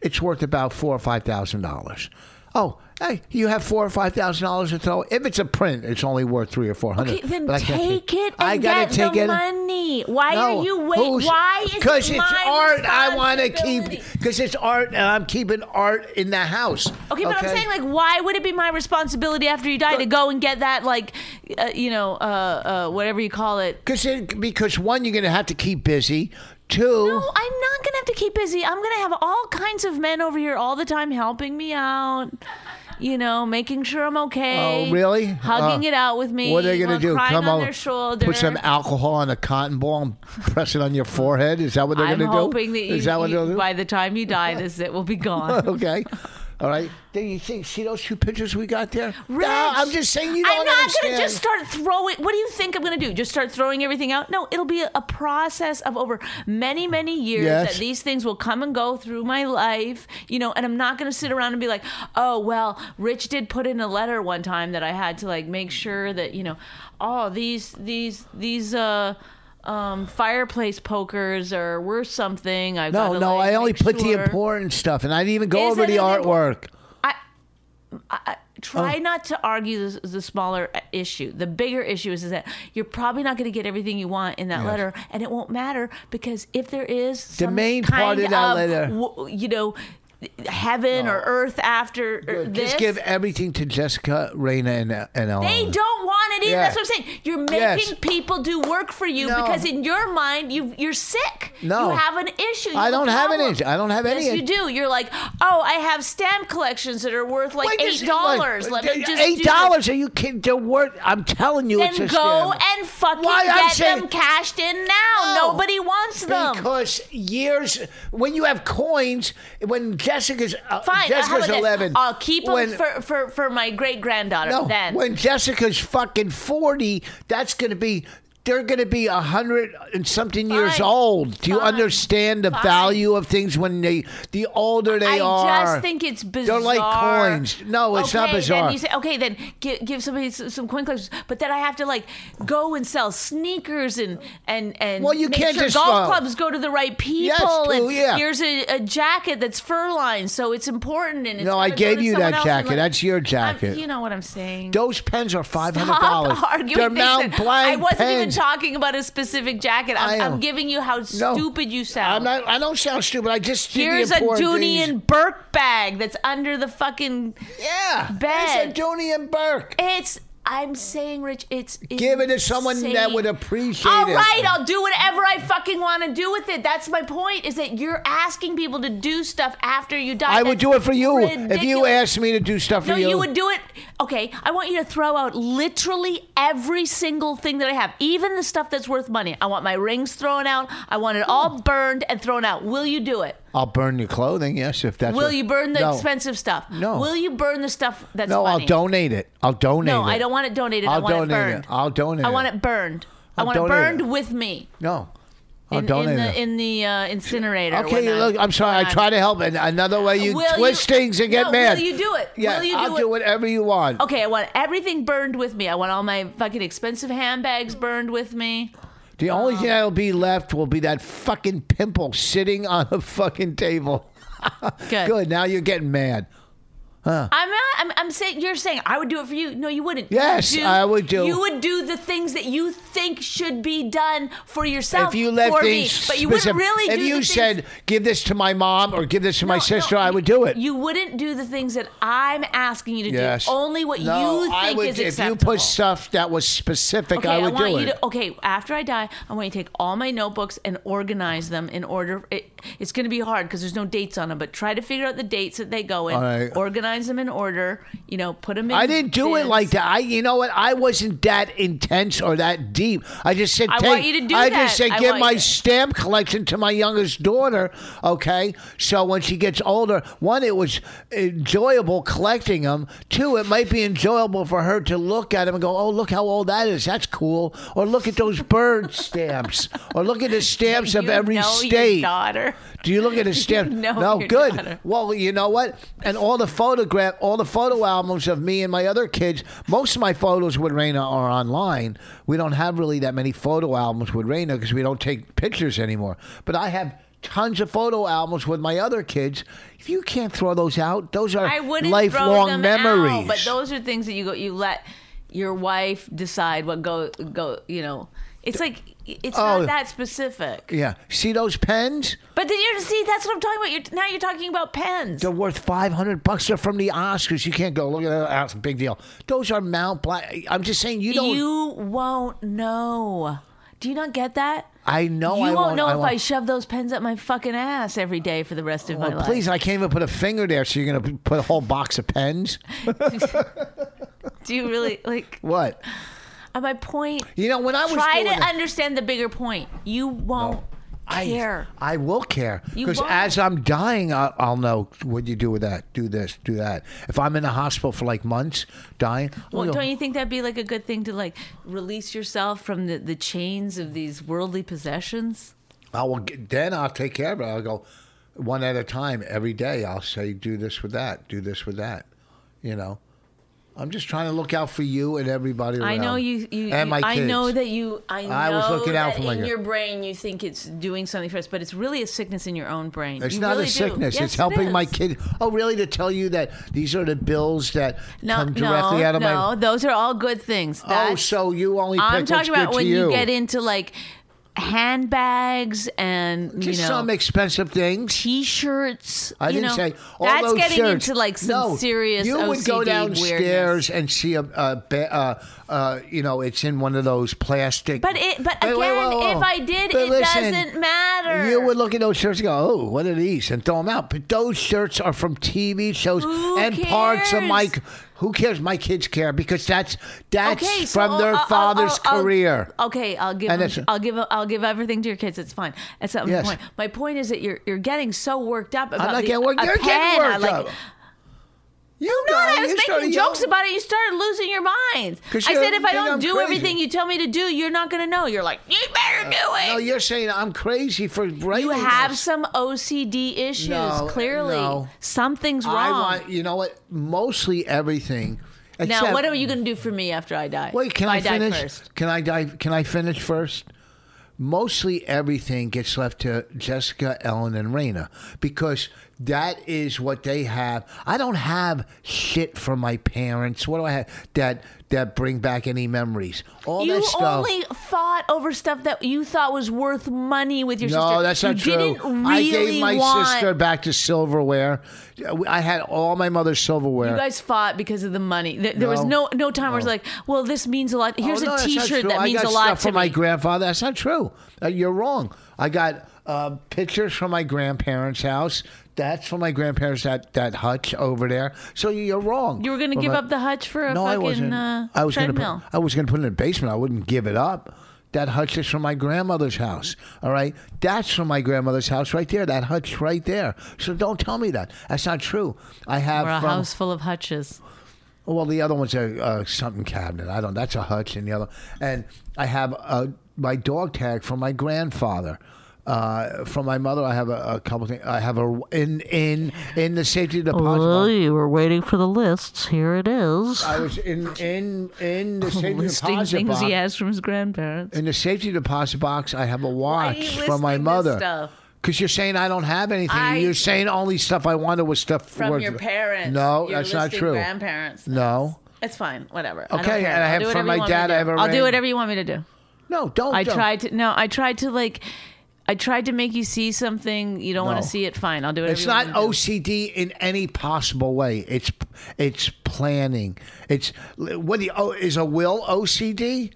Speaker 2: it's worth about four or five thousand dollars. Oh, hey, you have four or five thousand dollars to throw. If it's a print, it's only worth three or four hundred.
Speaker 3: Okay, then
Speaker 2: But I can't
Speaker 3: take it and
Speaker 2: I gotta
Speaker 3: get
Speaker 2: take
Speaker 3: the
Speaker 2: it.
Speaker 3: money. Why are you wait?
Speaker 2: who's-
Speaker 3: Why is
Speaker 2: Cause
Speaker 3: it
Speaker 2: it's
Speaker 3: my
Speaker 2: art. I want to
Speaker 3: responsibility?
Speaker 2: keep. Because it's art, and I'm keeping art in the house.
Speaker 3: Okay, but I'm saying, like, why would it be my responsibility after you die to go and get that, like, uh, you know, uh, uh, whatever you call it?
Speaker 2: Cause it, because one, you're gonna have to keep busy. Two,
Speaker 3: No, I'm not gonna have to keep busy. I'm gonna have all kinds of men over here all the time helping me out. You know, making sure I'm okay.
Speaker 2: Oh, really?
Speaker 3: Hugging
Speaker 2: Uh,
Speaker 3: it out with me.
Speaker 2: what are they gonna
Speaker 3: while
Speaker 2: do?
Speaker 3: Crying
Speaker 2: Come
Speaker 3: on
Speaker 2: over,
Speaker 3: their shoulder.
Speaker 2: put some alcohol on a cotton ball and press it on your forehead. Is that what they're
Speaker 3: I'm
Speaker 2: gonna do?
Speaker 3: hoping that you,
Speaker 2: Is that what
Speaker 3: you-
Speaker 2: they'll do?
Speaker 3: by the time you die, this it will be gone.
Speaker 2: okay. All right. Then you see, see those two pictures we got there?
Speaker 3: Rich.
Speaker 2: No, I'm just saying you don't
Speaker 3: I'm not
Speaker 2: understand.
Speaker 3: gonna just start throwing. What do you think I'm gonna do? Just start throwing everything out? No, it'll be a, a process of over many, many years
Speaker 2: Yes.
Speaker 3: that these things will come and go through my life. You know, and I'm not gonna sit around and be like, oh well, Rich did put in a letter one time that I had to like make sure that you know, oh these these these uh. Um, fireplace pokers are worth something. I've
Speaker 2: no,
Speaker 3: gotta,
Speaker 2: no.
Speaker 3: like,
Speaker 2: I only
Speaker 3: make
Speaker 2: put the
Speaker 3: sure.
Speaker 2: important stuff, and I didn't even go
Speaker 3: Is
Speaker 2: over
Speaker 3: it
Speaker 2: the
Speaker 3: an
Speaker 2: artwork.
Speaker 3: import-
Speaker 2: Oh.
Speaker 3: try not to argue the, the smaller issue. The bigger issue is, is that you're probably not going to get everything you want in that
Speaker 2: Yes.
Speaker 3: letter, and it won't matter because if there is some
Speaker 2: main
Speaker 3: kind
Speaker 2: part of that letter-
Speaker 3: w- you know, heaven or earth after or
Speaker 2: Good.
Speaker 3: this.
Speaker 2: Just give everything to Jessica, Raina, and and Ellen.
Speaker 3: they don't want it either.
Speaker 2: Yeah.
Speaker 3: That's what I'm saying. You're making
Speaker 2: Yes.
Speaker 3: people do work for you
Speaker 2: No.
Speaker 3: because in your mind you you're sick.
Speaker 2: No.
Speaker 3: you have an issue. You
Speaker 2: I don't have an
Speaker 3: problem.
Speaker 2: issue. I don't have any.
Speaker 3: Yes, you do. You're like, oh, I have stamp collections that are worth like
Speaker 2: Wait, this-
Speaker 3: eight dollars. Let me
Speaker 2: wait,
Speaker 3: just
Speaker 2: eight
Speaker 3: do this."
Speaker 2: dollars. Are you kidding? They're worth. I'm telling you, it's
Speaker 3: then
Speaker 2: a
Speaker 3: go
Speaker 2: scam.
Speaker 3: and fucking
Speaker 2: Why? I'm
Speaker 3: get
Speaker 2: saying-
Speaker 3: them cashed in now.
Speaker 2: No.
Speaker 3: Nobody wants them.
Speaker 2: Because years, when you have coins, when Jessica's uh,
Speaker 3: Fine, uh, how
Speaker 2: Jessica's
Speaker 3: about this?
Speaker 2: eleven,
Speaker 3: I'll keep them
Speaker 2: when-
Speaker 3: for, for, for my great granddaughter.
Speaker 2: no,
Speaker 3: then
Speaker 2: when Jessica's fucking forty, that's going to be. They're going to be a hundred and something years
Speaker 3: Fine.
Speaker 2: old. Do you
Speaker 3: Fine.
Speaker 2: understand the
Speaker 3: Fine.
Speaker 2: value of things when they, the older they
Speaker 3: I
Speaker 2: are?
Speaker 3: just think it's bizarre.
Speaker 2: They're like coins. No, it's
Speaker 3: okay,
Speaker 2: not bizarre.
Speaker 3: Then you say, okay, then give, give somebody some, some coin collections, but then I have to like go and sell sneakers and and and
Speaker 2: Well, you
Speaker 3: make
Speaker 2: can't
Speaker 3: sure
Speaker 2: just,
Speaker 3: golf
Speaker 2: uh,
Speaker 3: clubs go to the right people.
Speaker 2: true,
Speaker 3: and
Speaker 2: yeah.
Speaker 3: here's a, a jacket that's fur lined, so it's important. And it's
Speaker 2: No, I
Speaker 3: gotta go
Speaker 2: gave
Speaker 3: to
Speaker 2: you
Speaker 3: someone
Speaker 2: that
Speaker 3: else and,
Speaker 2: jacket.
Speaker 3: like-
Speaker 2: That's your jacket.
Speaker 3: I'm- you know what I'm saying.
Speaker 2: Those pens are five hundred dollars.
Speaker 3: Stop arguing
Speaker 2: They're
Speaker 3: things
Speaker 2: Mount
Speaker 3: that-
Speaker 2: Blanc
Speaker 3: I wasn't even
Speaker 2: pens.
Speaker 3: talking about a specific jacket. I'm,
Speaker 2: I am.
Speaker 3: I'm giving you how
Speaker 2: No.
Speaker 3: stupid you
Speaker 2: I'm
Speaker 3: sound.
Speaker 2: not. I don't sound stupid. I just did
Speaker 3: Here's
Speaker 2: the
Speaker 3: a
Speaker 2: important
Speaker 3: Dooney
Speaker 2: things.
Speaker 3: and Burke bag that's under the fucking.
Speaker 2: yeah.
Speaker 3: bed.
Speaker 2: It's a Dooney and Burke.
Speaker 3: It's. I'm saying, Rich, it's.
Speaker 2: Give it to someone that
Speaker 3: insane.
Speaker 2: would appreciate
Speaker 3: All
Speaker 2: it.
Speaker 3: right, I'll do whatever I fucking want to do with it. That's my point. Is that you're asking people to do stuff after you die?
Speaker 2: I would
Speaker 3: That's
Speaker 2: do it for you if you
Speaker 3: ridiculous.
Speaker 2: asked me to do stuff for
Speaker 3: No,
Speaker 2: you.
Speaker 3: you would do it. Okay, I want you to throw out literally every single thing that I have, even the stuff that's worth money. I want my rings thrown out. I want it all burned and thrown out. Will you do it?
Speaker 2: I'll burn your clothing. Yes, if that's.
Speaker 3: Will
Speaker 2: what-
Speaker 3: you burn the
Speaker 2: No.
Speaker 3: expensive stuff?
Speaker 2: No.
Speaker 3: Will you burn the stuff that's
Speaker 2: No,
Speaker 3: money?
Speaker 2: I'll donate it. I'll donate
Speaker 3: No,
Speaker 2: it.
Speaker 3: I don't want it donated. i
Speaker 2: I'll
Speaker 3: want
Speaker 2: donate
Speaker 3: it burned.
Speaker 2: it. I'll donate
Speaker 3: I want
Speaker 2: it.
Speaker 3: it burned. I
Speaker 2: I'll
Speaker 3: want it
Speaker 2: donate
Speaker 3: burned
Speaker 2: it.
Speaker 3: with me
Speaker 2: No, I'll
Speaker 3: in, in
Speaker 2: donate
Speaker 3: the
Speaker 2: it.
Speaker 3: in the uh, incinerator.
Speaker 2: Okay,
Speaker 3: when
Speaker 2: look, I'm sorry.
Speaker 3: when
Speaker 2: I try to help, and another way you
Speaker 3: Will
Speaker 2: twist
Speaker 3: you-
Speaker 2: things and get
Speaker 3: No,
Speaker 2: mad.
Speaker 3: will you do it?
Speaker 2: Yeah,
Speaker 3: Will you
Speaker 2: I'll
Speaker 3: do it?
Speaker 2: whatever you want.
Speaker 3: Okay, I want everything burned with me. I want all my fucking expensive handbags burned with me.
Speaker 2: The only
Speaker 3: Um,
Speaker 2: thing that'll be left will be that fucking pimple sitting on a fucking table.
Speaker 3: Good.
Speaker 2: Good. Now you're getting mad.
Speaker 3: I'm not. I'm, I'm saying you're saying I would do it for you. No, you wouldn't.
Speaker 2: Yes,
Speaker 3: You
Speaker 2: I would do.
Speaker 3: You would do the things that you think should be done for yourself.
Speaker 2: If you left
Speaker 3: for me,
Speaker 2: things,
Speaker 3: but you wouldn't
Speaker 2: specific-
Speaker 3: really.
Speaker 2: If
Speaker 3: do
Speaker 2: you
Speaker 3: the things-
Speaker 2: said, "Give this to my mom" or "Give this to my
Speaker 3: No,
Speaker 2: sister,"
Speaker 3: no,
Speaker 2: I would do it.
Speaker 3: You wouldn't do the things that I'm asking you to
Speaker 2: yes.
Speaker 3: do. Only what
Speaker 2: No,
Speaker 3: you think
Speaker 2: I would,
Speaker 3: is
Speaker 2: If
Speaker 3: acceptable.
Speaker 2: you put stuff that was specific,
Speaker 3: Okay,
Speaker 2: I would
Speaker 3: want
Speaker 2: do
Speaker 3: you
Speaker 2: it.
Speaker 3: to. Okay, after I die, I want you to take all my notebooks and organize them in order. It, it's going to be hard because there's no dates on them, but try to figure out the dates that they go in.
Speaker 2: All right.
Speaker 3: Organize finds them in order. You know, put them in.
Speaker 2: I didn't do it
Speaker 3: bins.
Speaker 2: like that. I, you know what? I wasn't that intense or that deep. I just said,
Speaker 3: I
Speaker 2: take-
Speaker 3: want you to do
Speaker 2: I
Speaker 3: that.
Speaker 2: just said,
Speaker 3: I
Speaker 2: give
Speaker 3: want
Speaker 2: my
Speaker 3: you-
Speaker 2: stamp collection to my youngest daughter. Okay, so when she gets older, one, it was enjoyable collecting them. Two, it might be enjoyable for her to look at them and go, "Oh, look how old that is. That's cool." Or look at those bird stamps. Or look at the stamps of
Speaker 3: You
Speaker 2: every
Speaker 3: know your
Speaker 2: state.
Speaker 3: daughter.
Speaker 2: Do you look at his stamp?
Speaker 3: know
Speaker 2: no,
Speaker 3: your
Speaker 2: good.
Speaker 3: daughter.
Speaker 2: Well, you know what? And all the photograph, all the photo albums of me and my other kids. Most of my photos with Raina are online. We don't have really that many photo albums with Raina because we don't take pictures anymore. But I have tons of photo albums with my other kids. If you can't throw those out, those are
Speaker 3: I wouldn't
Speaker 2: lifelong
Speaker 3: throw them
Speaker 2: memories.
Speaker 3: Out, but those are things that you go. You let your wife decide what go go. You know, it's like it's
Speaker 2: Oh.
Speaker 3: not that specific.
Speaker 2: yeah, see those pens?
Speaker 3: But then you see, that's what I'm talking about. You're, now you're talking about pens.
Speaker 2: They're worth five hundred bucks. They're from the Oscars. You can't go look at that. That's a big deal. Those are Mount Black. I'm just saying you don't.
Speaker 3: you won't know. Do you not get that?
Speaker 2: I know
Speaker 3: you
Speaker 2: Oh, I
Speaker 3: won't,
Speaker 2: won't
Speaker 3: know
Speaker 2: I
Speaker 3: if
Speaker 2: won't.
Speaker 3: I shove those pens up my fucking ass every day for the rest of my
Speaker 2: Well, please,
Speaker 3: life.
Speaker 2: I can't even put a finger there. So you're gonna p- put a whole box of pens?
Speaker 3: Do you really like?
Speaker 2: What?
Speaker 3: uh, My point.
Speaker 2: You know, when I was
Speaker 3: Try
Speaker 2: doing
Speaker 3: to
Speaker 2: it-
Speaker 3: understand the bigger point. You won't care.
Speaker 2: I, I will care
Speaker 3: You
Speaker 2: because
Speaker 3: won't.
Speaker 2: as I'm dying, I'll, I'll know what you do with that. Do this, do that. If I'm in the hospital for like months, dying, I'll
Speaker 3: Well,
Speaker 2: go,
Speaker 3: don't you think that'd be like a good thing to like release yourself from the, the chains of these worldly possessions?
Speaker 2: I will. Get, then I'll take care of it. I'll go one at a time every day. I'll say, do this with that, do this with that. You know, I'm just trying to look out for you and everybody.
Speaker 3: I know
Speaker 2: around.
Speaker 3: you. you,
Speaker 2: and
Speaker 3: you-
Speaker 2: my
Speaker 3: I
Speaker 2: kids.
Speaker 3: know that you. I know
Speaker 2: I was looking out
Speaker 3: that
Speaker 2: for my
Speaker 3: in
Speaker 2: kid.
Speaker 3: your brain you think it's doing something for us, but it's really a sickness in your own brain.
Speaker 2: It's
Speaker 3: You
Speaker 2: not
Speaker 3: really
Speaker 2: a
Speaker 3: do.
Speaker 2: sickness.
Speaker 3: Yes,
Speaker 2: it's
Speaker 3: it
Speaker 2: helping my
Speaker 3: is.
Speaker 2: kid. Oh, really? To tell you that these are the bills that
Speaker 3: No,
Speaker 2: come directly
Speaker 3: no,
Speaker 2: out of
Speaker 3: no.
Speaker 2: my.
Speaker 3: Those are all good things.
Speaker 2: Oh,
Speaker 3: That's-
Speaker 2: so you only. Pick
Speaker 3: I'm
Speaker 2: what's
Speaker 3: talking
Speaker 2: good
Speaker 3: about
Speaker 2: to
Speaker 3: when you.
Speaker 2: you
Speaker 3: get into like handbags and
Speaker 2: Just
Speaker 3: you know
Speaker 2: some expensive things.
Speaker 3: t-shirts.
Speaker 2: I
Speaker 3: you
Speaker 2: didn't
Speaker 3: know,
Speaker 2: say all
Speaker 3: that's
Speaker 2: those
Speaker 3: getting
Speaker 2: shirts.
Speaker 3: into like some
Speaker 2: no,
Speaker 3: serious
Speaker 2: You would
Speaker 3: OCD
Speaker 2: go
Speaker 3: weirdness.
Speaker 2: downstairs and see a, a ba- uh, uh, you know, it's in one of those plastic.
Speaker 3: But it, but
Speaker 2: Wait,
Speaker 3: again,
Speaker 2: wait, whoa, whoa.
Speaker 3: if I did,
Speaker 2: But
Speaker 3: it
Speaker 2: listen,
Speaker 3: doesn't matter.
Speaker 2: You would look at those shirts and go, "Oh, what are these?" and throw them out. But those shirts are from TV shows
Speaker 3: Who
Speaker 2: and parts of my.
Speaker 3: cares?
Speaker 2: Who cares? My kids care because that's that's
Speaker 3: okay, so uh,
Speaker 2: from
Speaker 3: I'll-
Speaker 2: their
Speaker 3: I'll- I'll-
Speaker 2: father's
Speaker 3: I'll-
Speaker 2: career.
Speaker 3: uh, okay, I'll give
Speaker 2: And
Speaker 3: them,
Speaker 2: it's-
Speaker 3: I'll give I'll give everything to your kids. It's fine. That's not
Speaker 2: Yes.
Speaker 3: my point. My point is that you're you're getting so worked up about
Speaker 2: I'm not
Speaker 3: the-
Speaker 2: getting worked.
Speaker 3: a
Speaker 2: You're
Speaker 3: pen,
Speaker 2: getting
Speaker 3: I
Speaker 2: worked
Speaker 3: like-
Speaker 2: up. You
Speaker 3: No,
Speaker 2: got-
Speaker 3: I was
Speaker 2: you started
Speaker 3: making jokes
Speaker 2: yelling.
Speaker 3: about it. You started losing your mind.
Speaker 2: 'Cause
Speaker 3: I
Speaker 2: you
Speaker 3: said if
Speaker 2: think
Speaker 3: I don't
Speaker 2: I'm
Speaker 3: do
Speaker 2: crazy.
Speaker 3: everything you tell me to do, you're not going to know. You're like, you better do it.
Speaker 2: No, Oh, you're saying I'm crazy for writing.
Speaker 3: you have
Speaker 2: this.
Speaker 3: some OCD issues.
Speaker 2: No,
Speaker 3: clearly,
Speaker 2: no.
Speaker 3: something's wrong.
Speaker 2: I want you know what? Mostly everything.
Speaker 3: now,
Speaker 2: except-
Speaker 3: what are you going to do for me after I die?
Speaker 2: Wait, can
Speaker 3: If
Speaker 2: I,
Speaker 3: die
Speaker 2: finish?
Speaker 3: first?
Speaker 2: Can I dive? Can I finish first? Mostly everything gets left to Jessica, Ellen, and Raina because that is what they have. I don't have shit from my parents. What do I have that that bring back any memories? All
Speaker 3: You
Speaker 2: that stuff.
Speaker 3: only fought over stuff that you thought was worth money with your sister.
Speaker 2: no, that's not
Speaker 3: you
Speaker 2: true.
Speaker 3: Didn't
Speaker 2: I
Speaker 3: really
Speaker 2: gave my
Speaker 3: want,
Speaker 2: sister back to silverware. I had all my mother's silverware.
Speaker 3: You guys fought because of the money. There, there was
Speaker 2: No.
Speaker 3: no no time where it's like, well, this means a lot. Here's
Speaker 2: Oh, no,
Speaker 3: a
Speaker 2: that's not
Speaker 3: T-shirt
Speaker 2: true.
Speaker 3: that
Speaker 2: I
Speaker 3: means
Speaker 2: got
Speaker 3: a lot
Speaker 2: stuff
Speaker 3: to
Speaker 2: from my
Speaker 3: me.
Speaker 2: grandfather. That's not true. Uh, you're wrong. I got uh, pictures from my grandparents' house. That's from my grandparents. That that hutch over there. So you're wrong.
Speaker 3: you were going to
Speaker 2: But
Speaker 3: give
Speaker 2: my-
Speaker 3: up the hutch for a
Speaker 2: no,
Speaker 3: fucking
Speaker 2: I wasn't.
Speaker 3: Uh,
Speaker 2: I was gonna
Speaker 3: treadmill.
Speaker 2: Put, I was going to put it in the basement. I wouldn't give it up. That hutch is from my grandmother's house. All right, that's from my grandmother's house right there. That hutch right there. So don't tell me that. That's not true. I have
Speaker 3: Or a
Speaker 2: from,
Speaker 3: house full of hutches.
Speaker 2: well, the other one's a uh, something cabinet. I don't. That's a hutch, and the other. And I have uh, my dog tag from my grandfather. Uh, from my mother, I have a, a couple things. I have a in in in the safety deposit. box.
Speaker 3: you were waiting for the lists. Here it is.
Speaker 2: I was in in in the safety
Speaker 3: Listing
Speaker 2: deposit
Speaker 3: things
Speaker 2: box.
Speaker 3: he has from his grandparents.
Speaker 2: In the safety deposit box, I have a
Speaker 3: are
Speaker 2: watch
Speaker 3: you
Speaker 2: from my
Speaker 3: listing this
Speaker 2: mother.
Speaker 3: stuff?
Speaker 2: Because you're saying I don't have anything.
Speaker 3: I-
Speaker 2: you're saying only stuff I wanted was stuff
Speaker 3: From
Speaker 2: worth-
Speaker 3: your parents.
Speaker 2: No,
Speaker 3: You're
Speaker 2: that's not
Speaker 3: listing
Speaker 2: true.
Speaker 3: Grandparents.
Speaker 2: No,
Speaker 3: It's fine. Whatever. I don't
Speaker 2: Okay,
Speaker 3: care.
Speaker 2: and I
Speaker 3: I'll
Speaker 2: have
Speaker 3: do
Speaker 2: from
Speaker 3: whatever
Speaker 2: my
Speaker 3: you want me
Speaker 2: dad,
Speaker 3: to
Speaker 2: I
Speaker 3: do.
Speaker 2: have a
Speaker 3: I'll
Speaker 2: ring.
Speaker 3: do whatever you want me to do.
Speaker 2: no, don't.
Speaker 3: I
Speaker 2: don't.
Speaker 3: tried to. No, I tried to like. I tried to make you see something you don't
Speaker 2: No.
Speaker 3: want to see. It fine. I'll do it.
Speaker 2: It's not OCD in any possible way. It's it's planning. It's what do you, oh, is a will OCD?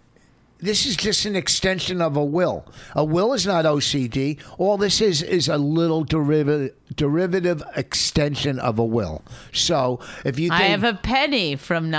Speaker 2: This is just an extension of a will. A will is not OCD. All this is is a little derivative derivative extension of a will. So if you think,
Speaker 3: I have a penny from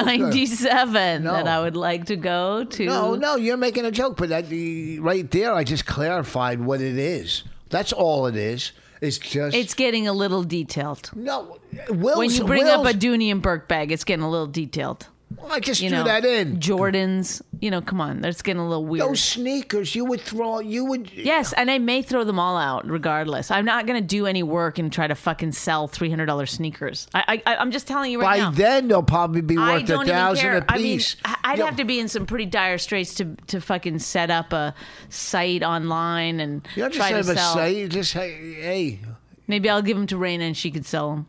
Speaker 3: 1997
Speaker 2: No.
Speaker 3: that I would like to go to.
Speaker 2: no, no, you're making a joke, but that the- right there, I just clarified what it is. That's all it is. It's just
Speaker 3: It's getting a little detailed.
Speaker 2: no wills.
Speaker 3: When you bring
Speaker 2: wills,
Speaker 3: up a Dooney and Burke bag, it's getting a little detailed.
Speaker 2: I just
Speaker 3: You
Speaker 2: threw
Speaker 3: know,
Speaker 2: that in.
Speaker 3: Jordans. You know, come on, that's getting a little weird.
Speaker 2: Those sneakers, you would throw. You would.
Speaker 3: Yes, and I may throw them all out regardless. I'm not going to do any work and try to fucking sell $300 sneakers. I, I, I'm just telling you right
Speaker 2: By
Speaker 3: now.
Speaker 2: then, they'll probably be
Speaker 3: I
Speaker 2: worth
Speaker 3: don't
Speaker 2: a
Speaker 3: even
Speaker 2: thousand
Speaker 3: care.
Speaker 2: a piece.
Speaker 3: I mean, I- I'd have to be in some pretty dire straits to to fucking set up a site online and
Speaker 2: You don't just
Speaker 3: try to
Speaker 2: have a
Speaker 3: sell.
Speaker 2: say. You just hey, hey
Speaker 3: Maybe I'll give them to Raina and she could sell them.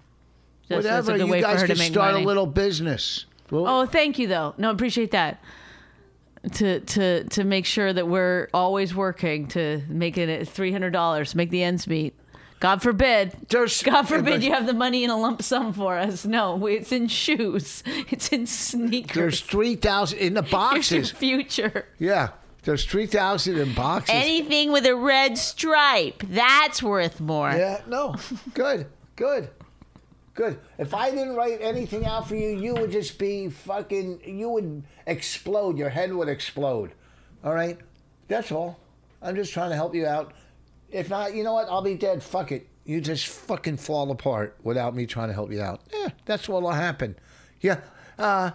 Speaker 3: That's, that's
Speaker 2: whatever.
Speaker 3: a good
Speaker 2: You
Speaker 3: way for
Speaker 2: guys
Speaker 3: her
Speaker 2: can
Speaker 3: to make
Speaker 2: start
Speaker 3: money.
Speaker 2: a little business. Well,
Speaker 3: Oh, thank you though. No, appreciate that. To to to make sure that we're always working to make it three hundred dollars, make the ends meet. God forbid.
Speaker 2: There's-
Speaker 3: God forbid you have the money in a lump sum for us. No, we- it's in shoes. It's in
Speaker 2: There's
Speaker 3: sneakers.
Speaker 2: three thousand in the
Speaker 3: Here's your
Speaker 2: boxes.
Speaker 3: future.
Speaker 2: yeah, there's three thousand in boxes.
Speaker 3: Anything with a red stripe, that's worth more.
Speaker 2: yeah, no, good, good, good. If I didn't write anything out for you, you would just be fucking. You would explode. Your head would explode. All right, that's all. I'm just trying to help you out. If not, you know what? I'll be dead. Fuck it. You just fucking fall apart without me trying to help you out. Yeah, that's what'll happen. Yeah. Uh,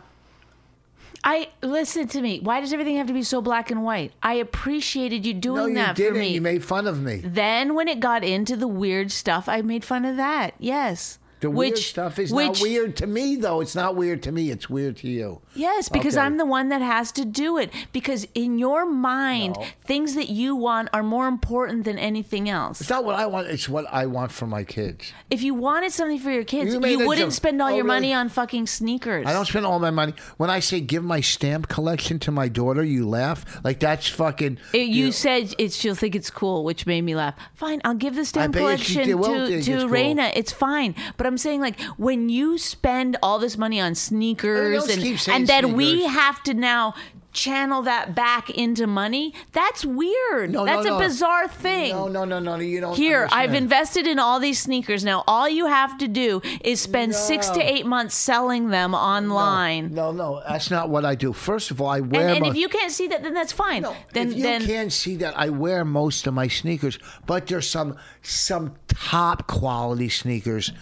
Speaker 3: I listen to me. Why does everything have to be so black and white? I appreciated you doing
Speaker 2: no, you
Speaker 3: that
Speaker 2: didn't.
Speaker 3: for me.
Speaker 2: You made fun of me.
Speaker 3: Then when it got into the weird stuff, I made fun of that. Yes.
Speaker 2: The
Speaker 3: which,
Speaker 2: weird stuff is
Speaker 3: which,
Speaker 2: not weird to me, though. It's not weird to me. It's weird to you.
Speaker 3: Yes, because
Speaker 2: Okay.
Speaker 3: I'm the one that has to do it. Because in your mind, things that you want are more important than anything else.
Speaker 2: It's not what I want. It's what I want for my kids.
Speaker 3: If you wanted something for your kids,
Speaker 2: You
Speaker 3: you,
Speaker 2: made that
Speaker 3: wouldn't
Speaker 2: joke.
Speaker 3: spend all
Speaker 2: Oh,
Speaker 3: your
Speaker 2: really?
Speaker 3: money on fucking sneakers.
Speaker 2: I don't spend all my money. When I say give my stamp collection to my daughter, you laugh like that's fucking.
Speaker 3: It- you said it's she'll think it's cool, which made me laugh. Fine, I'll give the stamp
Speaker 2: bet she
Speaker 3: collection
Speaker 2: did- will
Speaker 3: to
Speaker 2: think
Speaker 3: to
Speaker 2: it's cool.
Speaker 3: Raina. It's fine, but I'm saying like when you spend all this money on
Speaker 2: I
Speaker 3: sneakers
Speaker 2: don't
Speaker 3: and
Speaker 2: keep saying
Speaker 3: and then we
Speaker 2: sneakers.
Speaker 3: have to now channel that back into money. That's weird.
Speaker 2: No, no,
Speaker 3: that's
Speaker 2: no.
Speaker 3: a bizarre thing.
Speaker 2: No, no, no, no. no, You don't.
Speaker 3: Here, I've
Speaker 2: understand.
Speaker 3: invested in all these sneakers. Now, all you have to do is spend six to
Speaker 2: No.
Speaker 3: eight months selling them online.
Speaker 2: No, no, that's not what I do. First of all, I wear.
Speaker 3: And, and
Speaker 2: my,
Speaker 3: if you can't see that, then that's fine.
Speaker 2: No,
Speaker 3: then
Speaker 2: if you
Speaker 3: then
Speaker 2: can see that I wear most of my sneakers, but there's some some top quality sneakers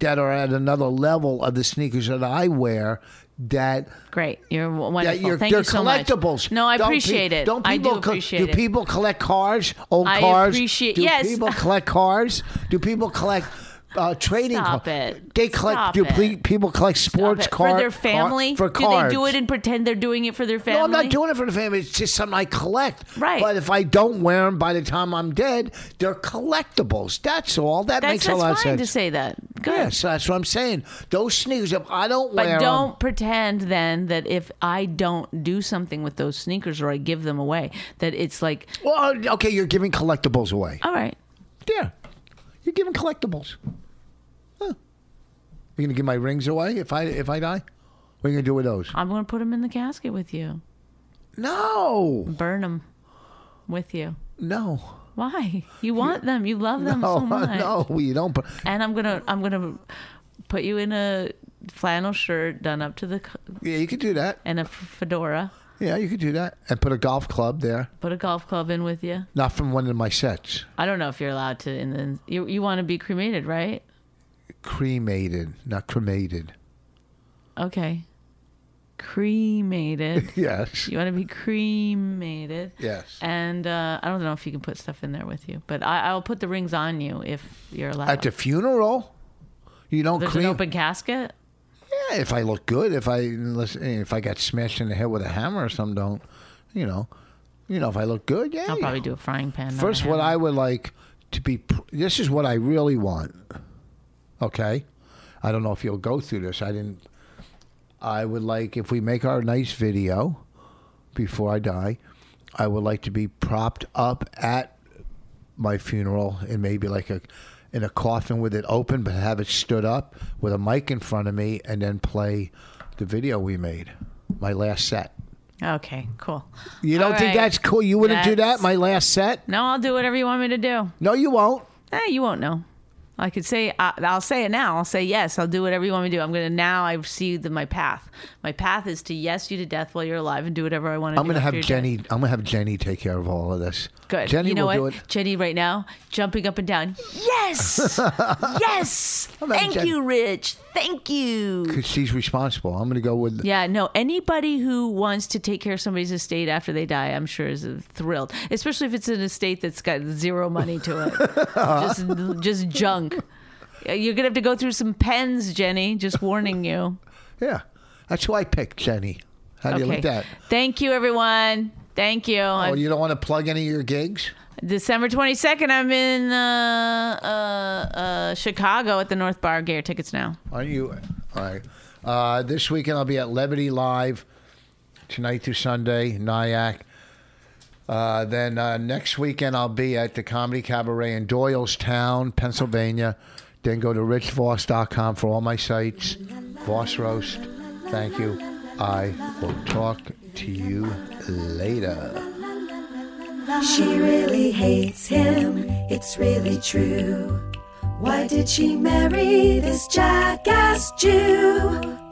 Speaker 2: that are at another level of the sneakers that I wear that
Speaker 3: Great, you're w- wonderful.
Speaker 2: that you're
Speaker 3: Thank
Speaker 2: they're
Speaker 3: you so much.
Speaker 2: collectibles.
Speaker 3: No, I
Speaker 2: Don't pe-
Speaker 3: appreciate it.
Speaker 2: Don't
Speaker 3: I
Speaker 2: people
Speaker 3: do appreciate
Speaker 2: co-
Speaker 3: it.
Speaker 2: do people collect cars, old
Speaker 3: I
Speaker 2: cars?
Speaker 3: appreciate-
Speaker 2: do
Speaker 3: yes.
Speaker 2: people collect cars? Do people collect uh, trading
Speaker 3: Stop
Speaker 2: cards?
Speaker 3: it.
Speaker 2: They collect.
Speaker 3: Stop
Speaker 2: do
Speaker 3: it.
Speaker 2: ple- people collect sports
Speaker 3: Stop it.
Speaker 2: cars
Speaker 3: Uh, for their family?
Speaker 2: for cars?
Speaker 3: Do they do it and pretend they're doing it for their family?
Speaker 2: No, I'm not doing it for the family. It's just something I collect.
Speaker 3: Right.
Speaker 2: But if I don't wear them by the time I'm dead, they're collectibles. That's all. That
Speaker 3: That's,
Speaker 2: makes
Speaker 3: that's
Speaker 2: a lot of
Speaker 3: fine
Speaker 2: sense.
Speaker 3: to say that. Good.
Speaker 2: Yes, that's what I'm saying. Those sneakers, if I don't wear
Speaker 3: But
Speaker 2: 'em-
Speaker 3: don't pretend then that if I don't do something with those sneakers or I give them away, that it's like,
Speaker 2: Well, okay, you're giving collectibles away.
Speaker 3: all right,
Speaker 2: Yeah. You're giving collectibles. Huh. You're gonna give my rings away if I if I die? What are you gonna do with those?
Speaker 3: I'm going to put them in the casket with you,
Speaker 2: No.
Speaker 3: burn them with you.
Speaker 2: No.
Speaker 3: Why? You want them. You love them
Speaker 2: No,
Speaker 3: so much.
Speaker 2: no, you don't put
Speaker 3: And I'm gonna I'm gonna put you in a flannel shirt done up to the c-
Speaker 2: Yeah, you could do that.
Speaker 3: and a fedora.
Speaker 2: Yeah, you could do that. And put a golf club there.
Speaker 3: put a golf club in with you.
Speaker 2: Not from one of my sets.
Speaker 3: I don't know if you're allowed to. And then you you want to be cremated, right?
Speaker 2: Cremated, not cremated.
Speaker 3: Okay, cremated.
Speaker 2: Yes.
Speaker 3: you want to be cremated.
Speaker 2: Yes.
Speaker 3: And uh, I don't know if you can put stuff in there with you, but I, I'll put the rings on you if you're allowed.
Speaker 2: At the funeral. You don't
Speaker 3: There's
Speaker 2: cremate.
Speaker 3: an open casket.
Speaker 2: Yeah, if I look good, if I unless- if I got smashed in the head with a hammer or something, don't you know? You know, if I look good, yeah.
Speaker 3: I'll
Speaker 2: yeah.
Speaker 3: probably do a frying pan. not a
Speaker 2: First, what
Speaker 3: hammer.
Speaker 2: I would like to be pr- this is what I really want. Okay, I don't know if you'll go through this. I didn't. I would like if we make our nice video before I die. I would like to be propped up at my funeral and maybe like a in a coffin with it open, but have it stood up with a mic in front of me, and then play the video we made, my last set.
Speaker 3: Okay, cool.
Speaker 2: You don't
Speaker 3: All
Speaker 2: think
Speaker 3: right.
Speaker 2: that's cool? You wouldn't do that,
Speaker 3: That's-
Speaker 2: my last set?
Speaker 3: No, I'll do whatever you want me to do.
Speaker 2: No, you won't.
Speaker 3: Eh, you won't know. I could say I I'll say it now. I'll say yes. I'll do whatever you want me to do. I'm gonna now. I see the, my path. My path is to yes you to death while you're alive and do whatever I want to.
Speaker 2: I'm
Speaker 3: do
Speaker 2: gonna
Speaker 3: after
Speaker 2: have
Speaker 3: you're dead.
Speaker 2: Jenny. I'm gonna have Jenny take care of all of this.
Speaker 3: Good.
Speaker 2: Jenny
Speaker 3: you know
Speaker 2: will
Speaker 3: what?
Speaker 2: do it.
Speaker 3: Jenny right now jumping up and down. Yes. yes.
Speaker 2: How about
Speaker 3: Thank
Speaker 2: Jen-
Speaker 3: you, Rich. Thank you.
Speaker 2: Cause she's responsible. I'm gonna go with.
Speaker 3: Yeah, no. Anybody who wants to take care of somebody's estate after they die, I'm sure is uh, thrilled. Especially if it's an estate that's got zero money to it, just just junk. Uh, You're gonna have to go through some pens, Jenny. Just warning you.
Speaker 2: Yeah, that's who I picked, Jenny. How do you like that?
Speaker 3: Thank you, everyone. Thank you.
Speaker 2: Oh,
Speaker 3: I'm-
Speaker 2: you don't want to plug any of your gigs?
Speaker 3: December 22nd, I'm in uh, uh, uh, Chicago at the North Bar. Get your tickets now.
Speaker 2: Aren't you? All right. Uh, this weekend I'll be at Levity Live tonight through Sunday, Nyack. Uh, then uh, next weekend I'll be at the Comedy Cabaret in Doylestown, Pennsylvania. Then go to richvoss.com for all my sites. Voss Roast. Thank you. I will talk to you later.
Speaker 1: She really hates him, it's really true. Why did she marry this jackass Jew?